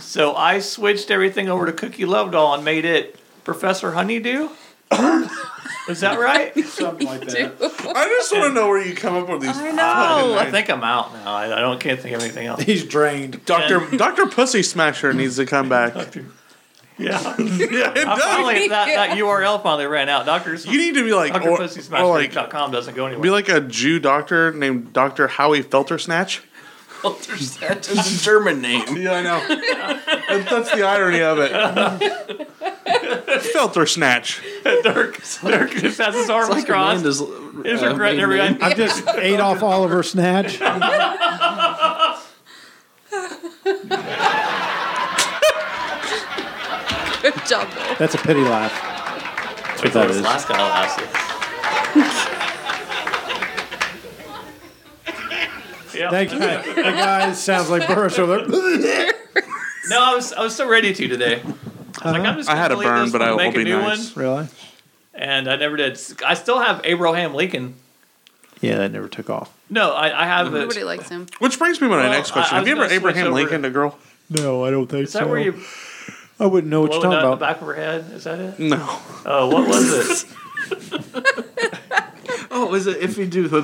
So I switched everything over to Cookie Love Doll and made it Professor Honeydew. Is that right? Something like that. I just want to know where you come up with these. I know. I think I'm out now. I, I don't can't think of anything else. He's drained. Doctor Doctor Pussy Smasher needs to come back. Yeah. yeah, it I does. finally, that, that URL finally ran out. Doctors. You need to be like, or, or like, DrPussySmashBreak.com doesn't go anywhere. be like a Jew doctor named Doctor Howie Feltersnatch. That is a German name. Yeah, I know. That- that's the irony of it. Feltersnatch. Dirk, Dirk just has his arms crossed. Amanda's, Is uh, regretting main every name. I've just ate off Oliver Snatch. Good job, Bill. That's a pity laugh. That's what that This is. last guy I'll ask you. Yeah. That guy, that guy sounds like Burris over there. No, I was I was so ready to today. I was like, I'm just I gonna had a delete burn, this but one, I- make I'll a be new nice. one, Really? and I never did. I still have Abraham Lincoln. Yeah, that never took off. No, I, I Mm-hmm. have. Nobody it. likes him. Which brings me to my Well, next I- question. I Have you was ever gonna switch Abraham over Lincoln to- a girl? No, I don't think Is that where you I wouldn't know what blow you're it talking out the about. back of her head? Is that it? No. Oh, what was it? Oh, is it if you do go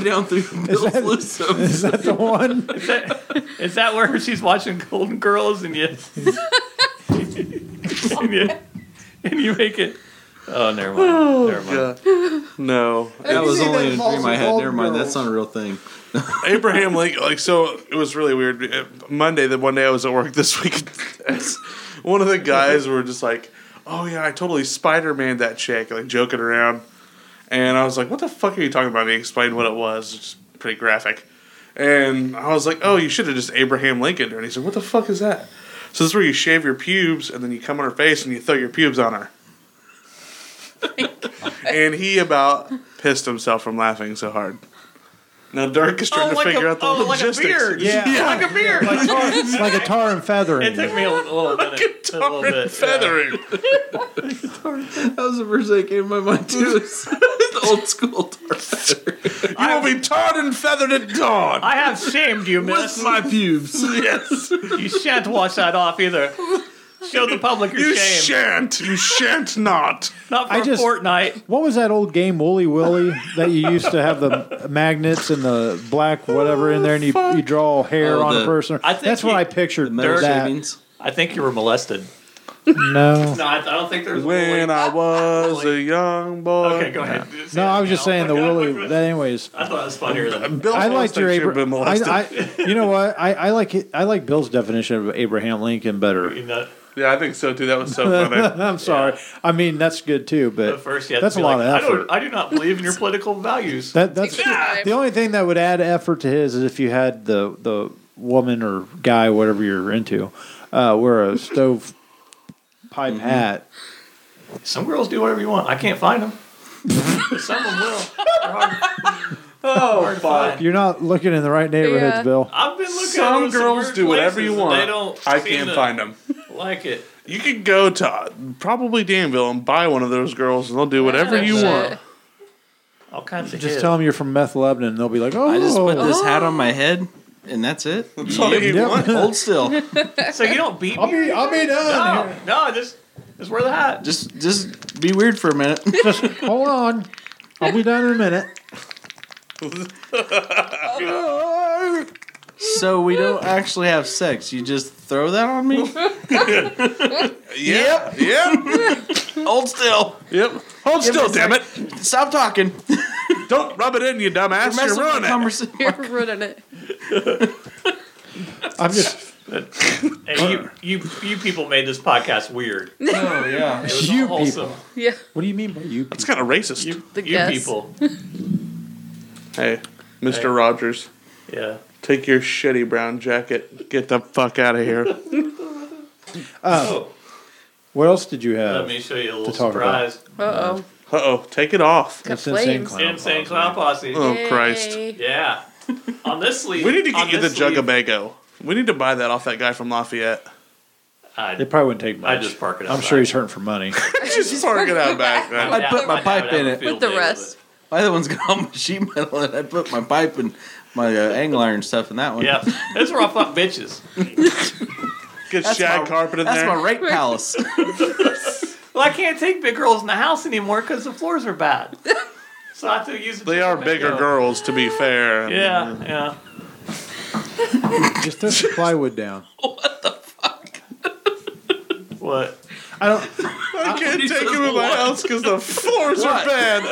down through Bill Lusum? Is that the one? Is that, is that where she's watching Golden Girls and you and you, and you make it? Oh, never mind. never mind. Yeah. No. That was only a dream I had. Never mind, that's not a real thing. Abraham Lincoln, like, so it was really weird. Uh, Monday, the one day I was at work this week, as one of the guys were just like, oh, yeah, I totally Spider Man that chick, like, joking around. And I was like, what the fuck are you talking about? And he explained what it was. It's pretty graphic. And I was like, oh, you should have just Abraham Lincoln her. And he said, what the fuck is that? So this is where you shave your pubes and then you come on her face and you throw your pubes on her. and he about pissed himself from laughing so hard. Now Dirk is trying Oh, to like figure a- out the oh, like a logistics. beard. Yeah. Like a beard. It's like a tar and It feathering. took me a little minute. A little bit. Feathering. That was the first thing that came to my mind too. It's the old school torture. You will be tarred and feathered at dawn. I have shamed you, miss. my pubes. yes. You shan't wash that off either. Show the public your You shame. shan't. You shan't not. Not for I a just- fortnight. What was that old game, Wooly Willy, that you used to have the magnets and the black whatever in there, and you, you draw hair Oh, on a the- person? I think That's what you- I pictured. Metal That. shavings. I think you were molested. No, No, I, I don't think there's. When I was a young boy. okay, go ahead. oh no, I was just saying the Willy. That, anyways. I thought it was funnier than. Bill I Wallace liked your thinks you've been Abraham. molested. I, I, you know what? I, I like it, I like Bill's definition of Abraham Lincoln better. You know, yeah, I think so too. That was so funny. I'm sorry. I mean, that's good too, at but first, you had that's to a be lot like, of I effort. don't. I do not believe in your political values. That that's Takes time. the only thing that would add effort to his is if you had the the woman or guy, whatever you're into, uh, wear a stove pipe Mm-hmm. hat. Some girls do whatever you want. I can't find them. Some of them will. They're hard- hard to find. You're not looking in the right neighborhoods, Yeah. Bill. I've been looking. at Some them girls weird do whatever you places and want. They don't. I seem can't to find them. Like it. You could go to uh, probably Danville and buy one of those girls, and they'll do whatever you Shit. want. All kinds of. Just hits. tell them you're from Meth Lebanon, and they'll be like, "Oh, I just put this hat on my head, and that's it. That's all you Yep. want. Hold still. So you don't beat me. I'll be I'll be done." No, no, just just wear the hat. Just, just be weird for a minute. Just hold on, I'll be done in a minute. So we don't actually have sex. You just throw that on me? Yep. Yep. Hold still. Yep. Hold Give still, me a damn it. Stop talking. Don't rub it in, you dumbass. You're, messing with ruining my it. You're ruining it. I'm just. Hey, you, you, you people made this podcast weird. Oh yeah, it was You unwholesome. people. Yeah. What do you mean by you? That's kind of racist. You, The guess. people. Hey, Mr. Hey. Rogers. Yeah. Take your shitty brown jacket. Get the fuck out of here. Uh, What else did you have? Let me show you a to little talk about? surprise. Uh oh. Uh oh. Take it off. It's insane clown. Insane Clown Posse. Oh, Christ. Yeah. On this sleeve. We need to on get you the this jug sleeve- of Bago. We need to buy that off that guy from Lafayette. I, It probably wouldn't take much. I just park it I'm outside. sure he's hurting for money. just park it out back, man. I put my pipe in it. With the rest. My other one's got all my sheet metal, and I put my pipe and my uh, angle iron stuff in that one. Yeah. That's where I fuck bitches. Get That's shag my- carpet in That's there. my rape palace. Well, I can't take big girls in the house anymore because the floors are bad. So I have to use. They are bigger girls, to be fair. Yeah, yeah. just throw some plywood down. What? I don't. I can't take him in my house because the floors are What? bad.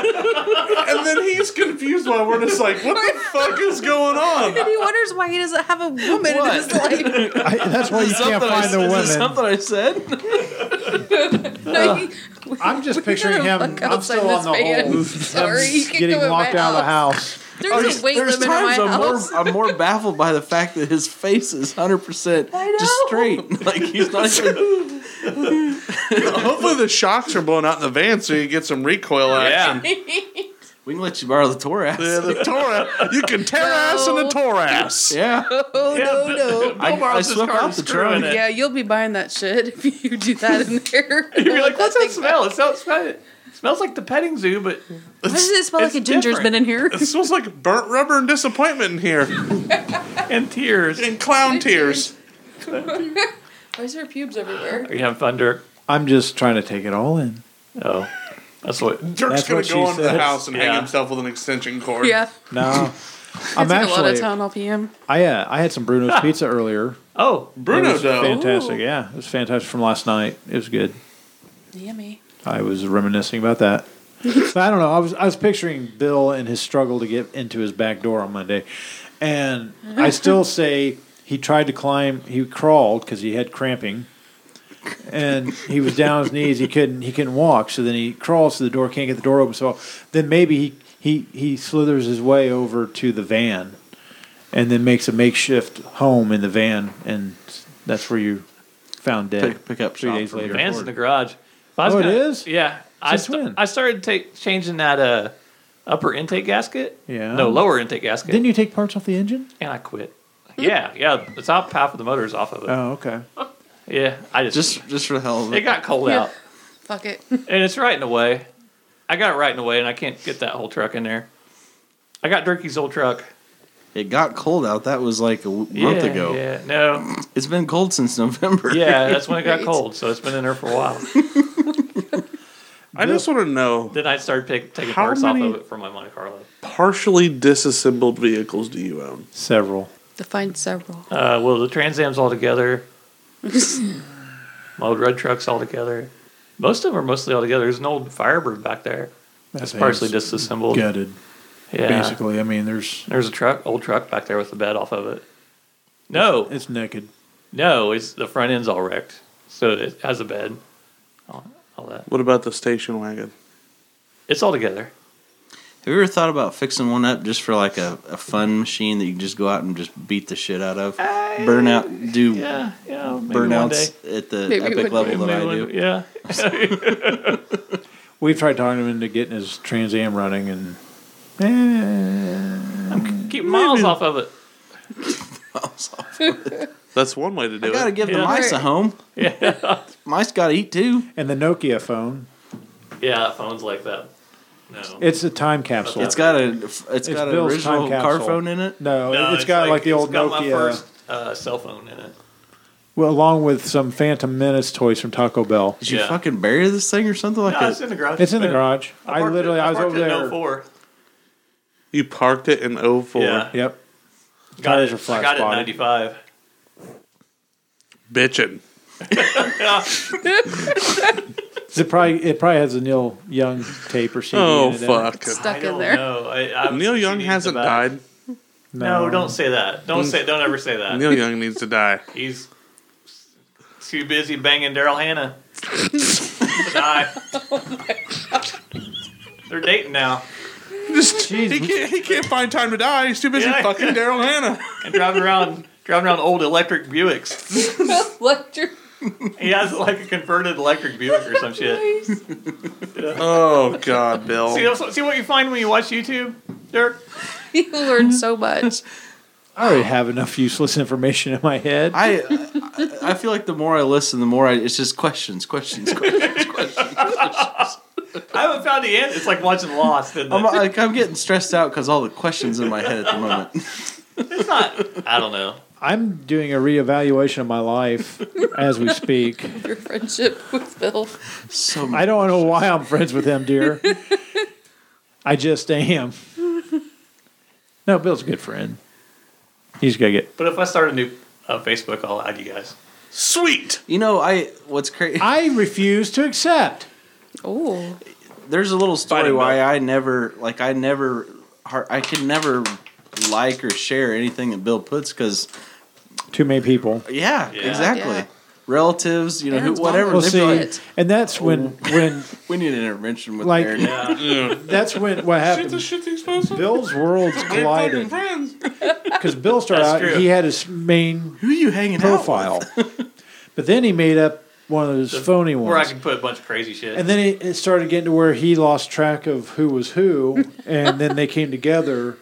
and then he's confused while we're just like, what the fuck is going on? And he wonders why he doesn't have a woman in his life. I, that's why you can't I, find the is this women. something I said? No, he- I'm just picturing him. gotta fuck I'm outside still on this the van. hole. Sorry, you can't Getting go in my locked out of the house. There's a weight There's limit in my times I'm house. more, I'm more baffled by the fact that his face is 100% I just know. straight. Like, he's not even. Hopefully the shocks are blown out in the van so you get some recoil action. Yeah. We can let you borrow the Torah. Yeah, the Torah. You can tear ass in the Torahs. Yeah. Oh no, no. I, I Barlow's just swept covered out the in screw in trunk. it. Yeah, you'll be buying that shit if you do that in there. You'd be like, what's that Like, smell? It smells, it smells like the petting zoo, but Why does it smell It's like a ginger's different. been in here? It smells like burnt rubber and disappointment in here. in tears. And clown tears. Why is there pubes everywhere? Are you having fun, Dirk? I'm just trying to take it all in. Oh, that's what. That's Dirk's going what to she go into the said. house and hang Yeah. himself with an extension cord. Yeah, No, I'm it's like a lot of actually. town LPM. I uh, I had some Bruno's pizza earlier. Oh, It Bruno, was though. fantastic. Yeah, it was fantastic from last night. It was good. Yummy. I was reminiscing about that. So I don't know. I was I was picturing Bill and his struggle to get into his back door on Monday, and I still say he tried to climb. He crawled because he had cramping, and he was down on his knees. He couldn't he couldn't walk. So then he crawls to the door, can't get the door open. So then maybe he he he slithers his way over to the van, and then makes a makeshift home in the van, and that's where you found dead. Pick- pick up three shop days from later. Van's in the garage. If I was Oh, it gonna- is? Yeah. I, Since st- when? I started take, changing that uh, upper intake gasket. Yeah. No, lower intake gasket. Didn't you take parts off the engine? and I quit. Yeah, yeah. The top half of the motor is off of it. Oh, okay. Yeah, I just, Just, just for the hell of it it. got cold Yeah. out, Fuck it. and it's right in the way. I got it right in the way, and I can't get that whole truck in there. I got Durkee's old truck It got cold out. That was like a w- month Yeah, ago. Yeah, no, It's been cold since November. yeah, that's when it got Right. cold, so it's been in there for a while. I just want to know then I started pick, taking How parts many- off of it from my Monte Carlo. partially disassembled vehicles do you own? Several. Define several. Uh, well, the Trans Am's all together. my old red truck's all together. Most of them are mostly all together. There's an old Firebird back there. That's It's partially disassembled. gutted. Yeah. Basically, I mean, there's There's a truck, old truck back there with the bed off of it. No, it's naked. no, it's the front end's all wrecked, so it has a bed, all, all that. What about the station wagon? It's all together. Have you ever thought about fixing one up just for like a, a fun machine that you can just go out and just beat the shit out of? burn out, do Yeah, yeah. Maybe one day. burnouts at the Maybe one epic level that Maybe one- I do. Yeah, We've tried talking him into getting his Trans Am running, and eh, keep miles off of it. That's one way to do I gotta it. give the Yeah. mice a home. Yeah, Mice gotta eat too. and the Nokia phone. yeah. That phone's like that. No, It's a time capsule. It's got a it's, it's got an Bill's original time car capsule. phone in it. no, No, it's got like, the old it's got My Nokia, first, uh, cell phone in it. well, along with some Phantom Menace toys from Taco Bell. Did you Yeah. fucking bury this thing or something like No, it's that? in the garage. It's in the Yeah. garage. I, parked oh literally, it, I was parked over it in there. 04. You parked it in 04. Yeah. Yep. Tires are I flat got it in spotted. 95. Bitchin'. It probably it probably has a Neil Young tape or CD. in Oh, it, doesn't it? fuck. I don't know. Oh, I- I was Neil Young confused hasn't about- died. No. No. don't say that. Don't say. Don't ever say that. Neil Young needs to die. He's too busy banging Daryl Hannah. Die. They're dating now. Just, he, can't, he can't find time to die. He's too busy fucking Daryl Hannah. And driving around, driving around old electric Buicks. Electric. He has like a converted electric Buick or some shit. Oh God, Bill. See, that's- see what you find when you watch YouTube, Dirk. You learn so much. I already have enough useless information in my head. I I feel like the more I listen, the more I it's just questions, questions, questions. I haven't found the answer. It's like watching Lost. Isn't I'm it? like I'm getting stressed out because all the questions in my head at the moment. It's not. I don't know. I'm doing a reevaluation of my life as we speak. Your friendship with Bill. So I don't know why I'm friends with him, dear. I just am. No, Bill's a good friend. He's gonna get. But if I start a new uh, Facebook, I'll add you guys. Sweet. You know, I what's crazy? I refuse to accept. Oh, There's a little Fight story him, why Bill. I never like I never har- I could never like or share anything that Bill puts because Too many people. yeah, Yeah. exactly. Yeah. Relatives, you know, who, Aaron's mom whatever. Well, they'd be see, like, and that's when when we need an intervention with Like- Aaron. that's when what Shit's a happened. shit's expensive. Bill's worlds We're fucking collided friends. because Bill started That's out. true. He had his main Who you hanging out profile, but then he made up one of those phony ones. Where I can put a bunch of crazy shit. And then it, it started getting to where he lost track of who was who, and then they came together,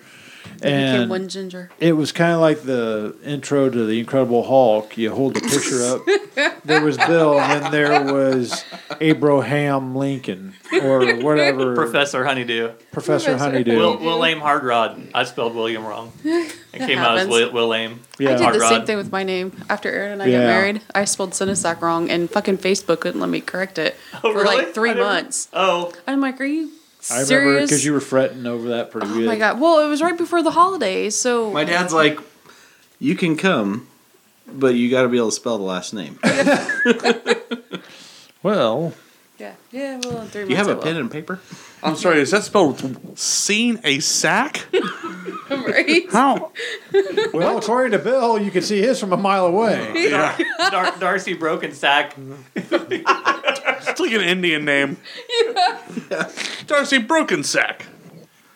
became and one ginger. it was kind of like the intro to the Incredible Hulk. You hold the picture up. There was Bill, and then there was Abraham Lincoln or whatever Professor Honeydew. Professor Honeydew. Will, William Hardrod. I spelled William wrong. It came out as happens. Will, William. Yeah. I did the same Hardrod. thing with my name. After Aaron and I Yeah. got married, I spelled Cinesac wrong, and fucking Facebook wouldn't let me correct it Oh, for really? like three I never- months. Oh, I'm like, are you I serious? remember because you were fretting over that pretty oh good. my god! Well, it was right before the holidays, so My dad's like, you can come, but you got to be able to spell the last name. Well, yeah, yeah. Well, in three months. You have I a will. pen and paper? I'm sorry. Is that spelled with seen a sack? right? How? well, according to Bill, you could see his from a mile away. Yeah. Dar- Darcy Brokensack. It's like an Indian name. Darcy Broken Sack.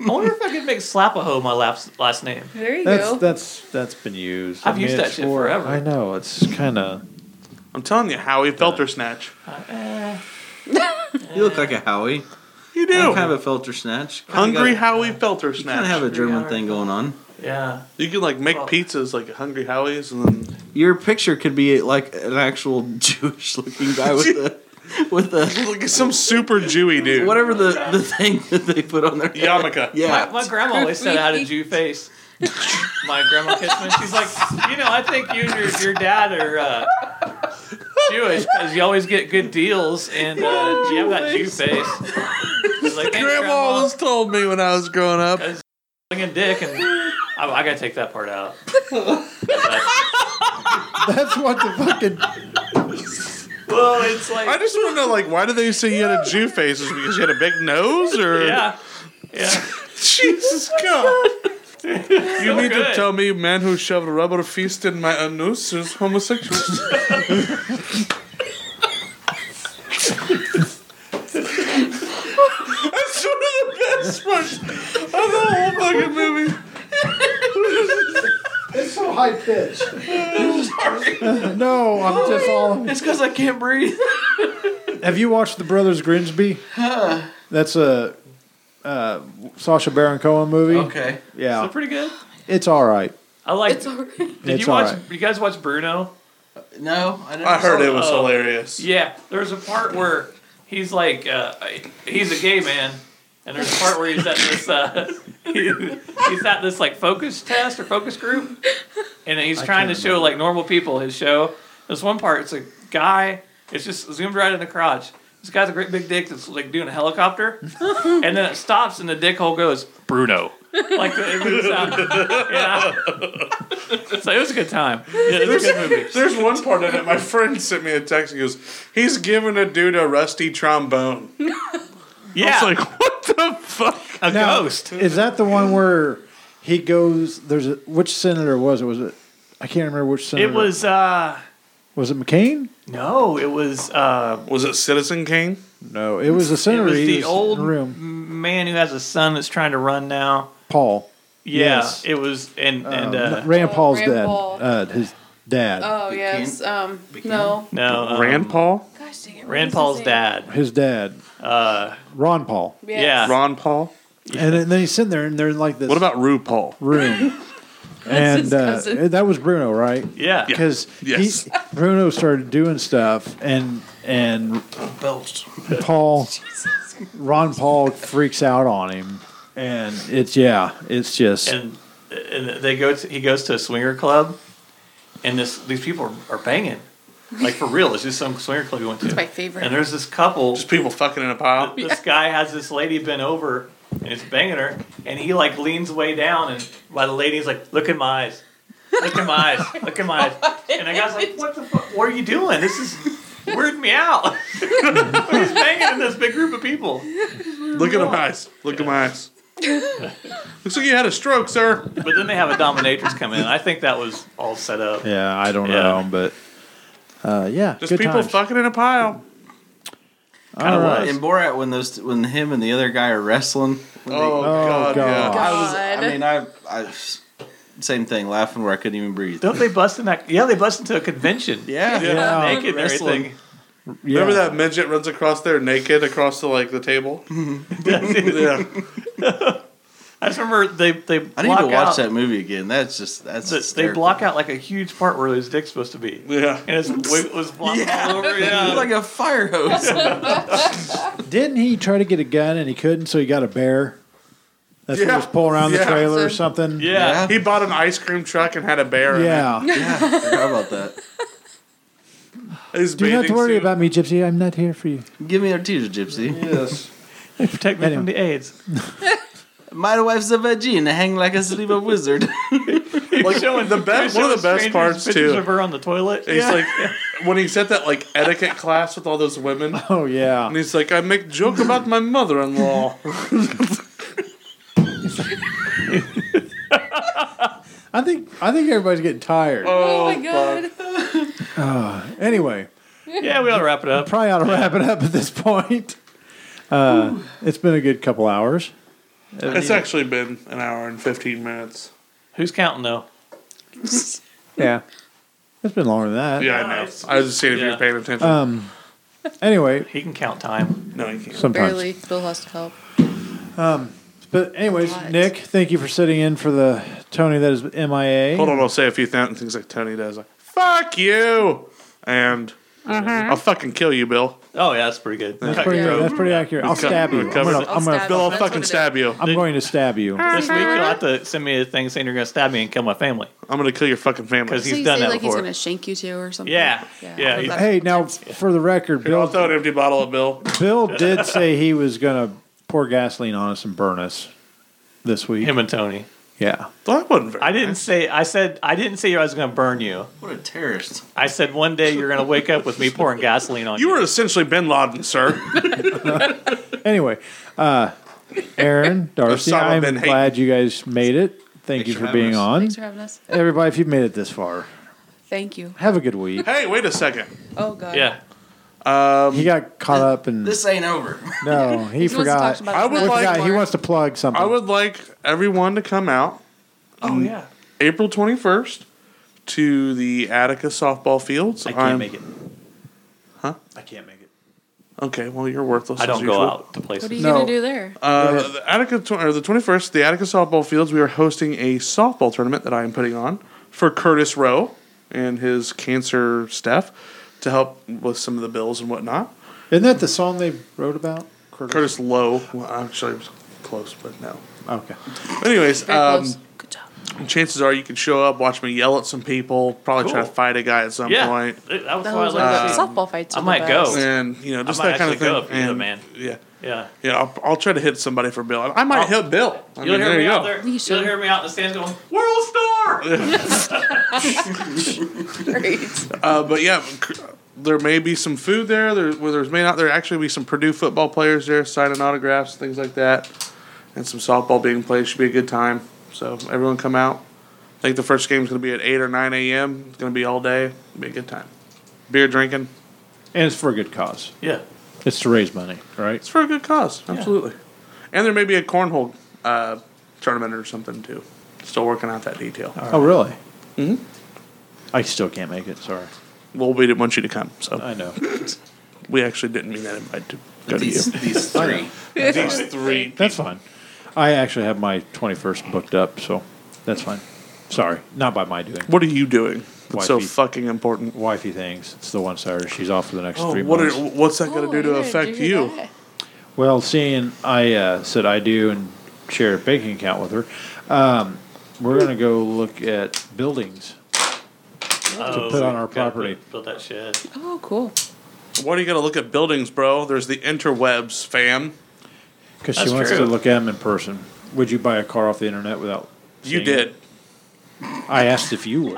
I wonder if I could make Slapahoe my last, last name. There you That's go. that's that's been used. I've used that it's shit forever. I know it's kind of. I'm telling you, Howie Feltersnatch. You look like a Howie. You You do. have a filter snatch. Kinda Hungry got- Howie Kinda Feltersnatch. have a German Hungry thing going on. Yeah. you can like make Well- pizzas like Hungry Howie's and then Your picture could be like an actual Jewish-looking guy with a with a like some super Jewy dude. whatever the the thing that they put on their Yarmulke. Yeah, My, my grandma always said I had a Jew face. my grandma Kissman, she's like, you know, I think you and your, your dad are uh, Jewish because you always get good deals and uh, you have that Jew face. She's like, "Thanks, Grandma always told me when I was growing up. swinging dick, and I, I gotta take that part out. That's what the fucking. well, it's I like, just want to know, like, why do they say you had a Jew face? Is it because you had a big nose, or yeah, yeah. Jesus God? You Oh So mean to good. tell me, man who shoved a rubber fist in my anus is homosexual? That's one of the best parts of the whole fucking movie. It's so high pitched. no, I'm just all. it's because I can't breathe. Have you watched The Brothers Grimsby? That's a uh, Sasha Baron Cohen movie. Okay, So Yeah, pretty good. it's all right. I like. It's alright. Did it's you watch? alright. You guys watch Bruno? no, I, never I heard saw it was Oh. hilarious. Yeah, there's a part where he's like, uh, he's a gay man, and there's a part where he's at this, uh, he- he's at this like focus test or focus group, and he's trying to show like normal people his show. There's one part, it's a guy, it's just zoomed right in the crotch. This guy's a great big dick that's like doing a helicopter, and then it stops, and the dick hole goes Bruno. Like it was, uh, yeah. So it was a good time. Yeah, it was there's, a good movie. there's one part in it. My friend sent me a text. He goes, "He's giving a dude a rusty trombone." Yeah. I was like, "What the fuck?" A Now, ghost. Is that the one where he goes? There's a which senator was it? Was it? I can't remember which senator. It was uh Was it McCain? no, it was uh Was it Citizen Kane? No, it was the senator. It was He the was old in the room. m- man who has a son that's trying to run now. Paul. Yeah, Yes. it was and and Um, uh, Rand Paul's Rand dad. Paul. Uh, his dad. Oh yes. Um. No. no um, Rand Paul. Gosh dang it. Rand Paul's dad. His dad. Uh, Ron Paul. Yes. Yeah. Ron Paul. And then- then he's sitting there, and they're in like this. What about RuPaul? room? That's his and uh, cousin. that was Bruno, right? Yeah. Because Yes. Bruno started doing stuff, and and Belched. Paul, Ron Paul freaks out on him, and it's yeah, it's just and and they go to, he goes to a swinger club, and this these people are, are banging, like for real. It's just some swinger club you went to. It's my favorite. And there's this couple. Just people fucking in a pile. This guy has this lady bent over and is banging her, and he like leans way down, and by the lady he's like, "Look in my eyes, look in my eyes, look in my eyes." And the guy's like, "What the fuck? What are you doing? This is weirding me out." he's banging in this big group of people. Look at my eyes. Look at my eyes. Looks like you had a stroke, sir. But then they have a dominatrix come in. I think that was all set up. yeah, I don't Yeah. know, but uh, yeah, Just good people times. fucking in a pile. All right. In Borat, when those when him and the other guy are wrestling, when Oh, God, God, God. yeah. I was. God. I mean, I, I same thing, laughing where I couldn't even breathe. Don't they bust in that? Yeah, they bust into a convention. Yeah, Yeah. naked and Wrestling. everything. Yeah. Remember that midget runs across there naked across the like the table? Mm-hmm. yeah. I just remember they they block I need to watch out, that movie again. That's just that's They, they hysterical. block out like a huge part where his dick's supposed to be, Yeah. and his weight was blocked Yeah. all over. It's Yeah. like a fire hose. Didn't he try to get a gun and he couldn't, so he got a bear? That's what Yeah. he was pulling around the Yeah. trailer or something. yeah, He bought an ice cream truck and had a bear. Yeah. yeah, I forgot about that. In it. His Do not bathing worry suit. about me, Gypsy. I'm not here for you. Give me your teacher, Gypsy. Yes. They protect me from the AIDS. My wife's a vagina, hang like a sleeper wizard. Like showing the best- one of the best parts, pictures too. of her on the toilet. He's like when he's at that like etiquette class with all those women, Oh yeah. and he's like, "I make joke about my mother-in-law." I think I think everybody's getting tired. Oh my god. Anyway, yeah, we ought to wrap it up. probably ought to wrap it up at this point. Uh, it's been a good couple hours. It's actually been an hour and fifteen minutes. Who's counting though? Yeah. It's been longer than that. Yeah, I know. I was just seeing if you Yeah. were paying attention. Um, Anyway, He can count time. no, you can't. sometimes. Barely. Bill has to help. But anyways, What? Nick, thank you for sitting in for the Tony that is MIA. Hold on, I'll say a few th- things like Tony does, like "fuck you," and "I'll fucking kill you, Bill." Oh yeah, that's pretty good. That's pretty, Yeah. that's pretty accurate. I'll We've co- stab you. we've I'm covered gonna, it. I'm, gonna, stab Bill, I'll That's what fucking it stab you. I'm going to stab you. This week you'll have to send me a thing saying you're gonna stab me and kill my family I'm gonna kill your fucking family. because So he's you done say that like he's before. gonna shank you too or something. Yeah. Yeah, I he- thought Hey, now for the record, Here, I'll Bill throw an empty bottle at Bill. Bill did say he was going to pour gasoline on us and burn us this week. Him and Tony. Yeah. Well, that wasn't very. I didn't say. I said. I didn't say I was gonna burn you. what a terrorist. I said one day you're gonna wake up with me pouring gasoline on you. You were essentially Bin Laden, sir. Anyway, uh, Aaron, Darcy, Osama I'm bin Hayden. glad you guys made it. Thank Thanks you for for having being us. on. Thanks for having us. Everybody, if you've made it this far, Thank you. have a good week. hey, wait a second. Oh god. yeah. He got caught up and This ain't over. no, he, He wants to forgot. talk about I would nothing like- Yeah, he more. wants to plug something. I would like everyone to come out Oh yeah. April 21st to the Attica softball fields. I can't I'm- make it. I can't make it. Okay, well you're worthless. I as don't go usual. out to places. What are you No. gonna do there? Uh, the Attica tw- or the 21st, the Attica softball fields. We are hosting a softball tournament that I am putting on for Curtis Rowe and his cancer staff to help with some of the bills and whatnot. Isn't that the song they wrote about? Curtis Lowe, well, actually it was close, but no. Okay. Anyways, Very um, close. Good job. And chances are you can show up, watch me yell at some people, probably try to Cool. fight a guy at some Yeah, point. that- that was Oh, That why I was like liked that. it. softball fights I are the might go. best. and you know I just might that kind of actually thing. go if you're the And, man. Yeah, yeah, yeah. I'll, I'll try to hit somebody for Bill. I might hit Bill. I You'll mean, hear there me you out go. there. You'll hear me out in the stands going, "World Star." Uh, but yeah, c- there may be some food there. There, where there's may not there actually be some Purdue football players there signing autographs, things like that, and some softball being played. Should be a good time. So everyone come out. I think the first game's going to be at eight or nine a.m. It's going to be all day. It'll be a good time. Beer drinking. And it's for a good cause. Yeah. It's to raise money, right? It's for a good cause. Absolutely. And there may be a cornhole uh, tournament or something too. Still working out that detail. Oh, really? Mhm. I still can't make it. Sorry. Well, we didn't want you to come, so I know. we actually didn't mean that invite to go These- to you. these three. These three. That's fine. I actually have my 21st booked up, so that's fine. Sorry, not by my doing. What are you doing? It's so fucking important. Wifey things. It's the one Saturday. She's off for the next Oh, three what months. are- what's that going to Oh, do to affect you? Well, seeing I uh, said I do and share a banking account with her, um, we're going to go look at buildings Oh, to put on our property. Build that shed. Oh, cool. Why do you got to look at buildings, bro? There's the interwebs, fam. Because she That's wants to true. look at them in person. Would you buy a car off the internet without? You seeing it? I asked if you would.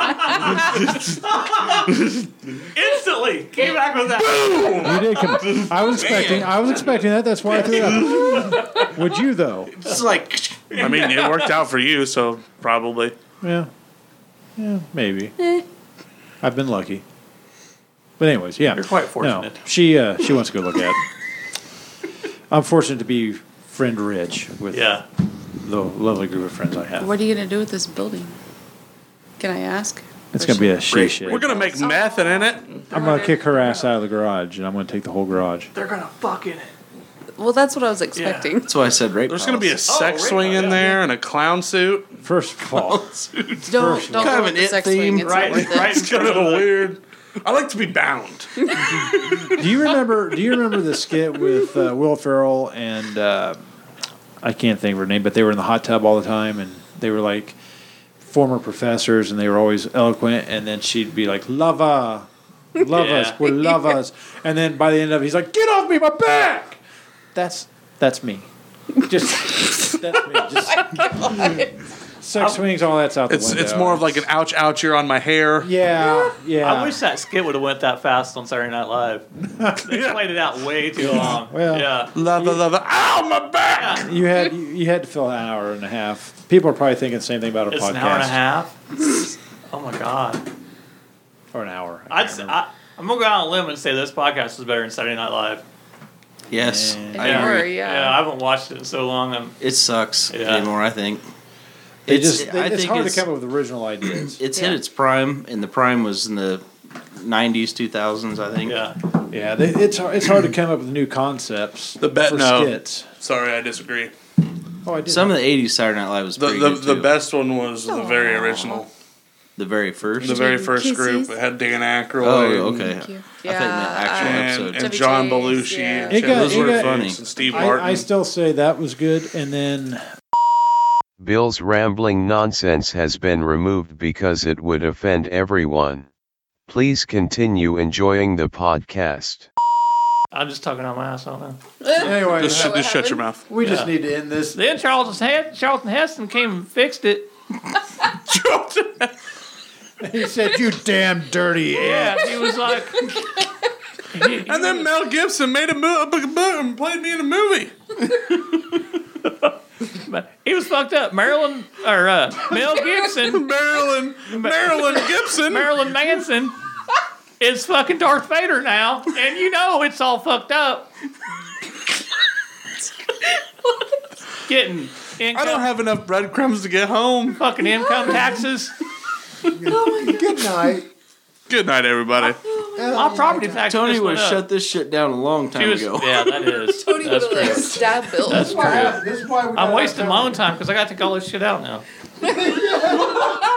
Instantly came back with that. You did come. I was expecting. I was expecting that. That's why I threw it up. Would you though? It's like, I mean, it worked out for you, so probably. Yeah. Yeah. Maybe. Eh. I've been lucky. But anyways, yeah. You're quite No, fortunate. she uh, she wants to go look at. it. I'm fortunate to be friend rich with Yeah. the lovely group of friends I have. What are you gonna do with this building? Can I ask? It's gonna be a she shit. We're going to make meth and in it. I'm gonna kick her ass out of the garage, and I'm gonna take the whole garage. They're gonna fuck in it. Well, that's what I was expecting. That's why I said rape. There's going to be a sex swing in there and a clown suit. First of all, suit. Don't- don't kind go of with an the it sex theme, swing, it's not right? worth it. right? It's kind of a weird. I like to be bound. do you remember? Do you remember the skit with uh, Will Ferrell and uh, I can't think of her name, but they were in the hot tub all the time, and they were like former professors, and they were always eloquent. And then she'd be like, "Love us, love Yeah. us, we love us," and then by the end of it, he's like, "Get off me, my back!" That's that's me. Just that's me. Just sex swings, all that's out the It's window. it's more of like an ouch, ouch, you're on my hair. Yeah, yeah. I wish that skit would have went that fast on Saturday Night Live. they played it out way too long. Well, yeah. Love, love, love. Ow, my back! You had you, you had to fill an hour and a half. People are probably thinking the same thing about our It's podcast. an hour and a half. oh my god. Or an hour. I'd say, I, I'm gonna go out on a limb and say this podcast is better than Saturday Night Live. Yes. I agree. Yeah, I haven't watched it in so long. I'm, It sucks Yeah. anymore, I think. They just- they- it's hard to come up with original ideas. It's Yeah. hit its prime, and the prime was in the 90s, 2000s, I think. Yeah. Yeah, they, it's hard, it's hard to come up with new concepts. The bet for no. skits. Sorry, I disagree. Oh, I did. Some of the 80s Saturday Night Live was The pretty the, good, the too. best one was the very original, The very first? the very first group. It had Dan Aykroyd. Oh, and- okay. I think the actual and, episode. and John Belushi. And It shit. got, Those it were got- funny. And Steve I- Martin. I, still say that was good, and then Bill's rambling nonsense has been removed because it would offend everyone. Please continue enjoying the podcast. I'm just talking out my ass. I don't know. anyway, Just shut- just shut your mouth. We just need to end this. Then Charles Hes- Charlton Heston came and fixed it. he said, "You damn dirty Yeah, ant." he was like, and then Mel Gibson made a, mo- a book and played me in a movie. he was fucked up. Marilyn or uh, Mel Gibson, Marilyn, Marilyn Gibson, Marilyn Manson is fucking Darth Vader now, and you know it's all fucked up. Getting income, I don't have enough breadcrumbs to get home. fucking income taxes. Good night. Good night, everybody. My property tax. Tony just would went have up. shut this shit down a long time She was- ago. yeah, that is. Tony That's would've, like, true. stab Bill. That's true. This is why we I'm wasting my own time because I got to take all this shit out now.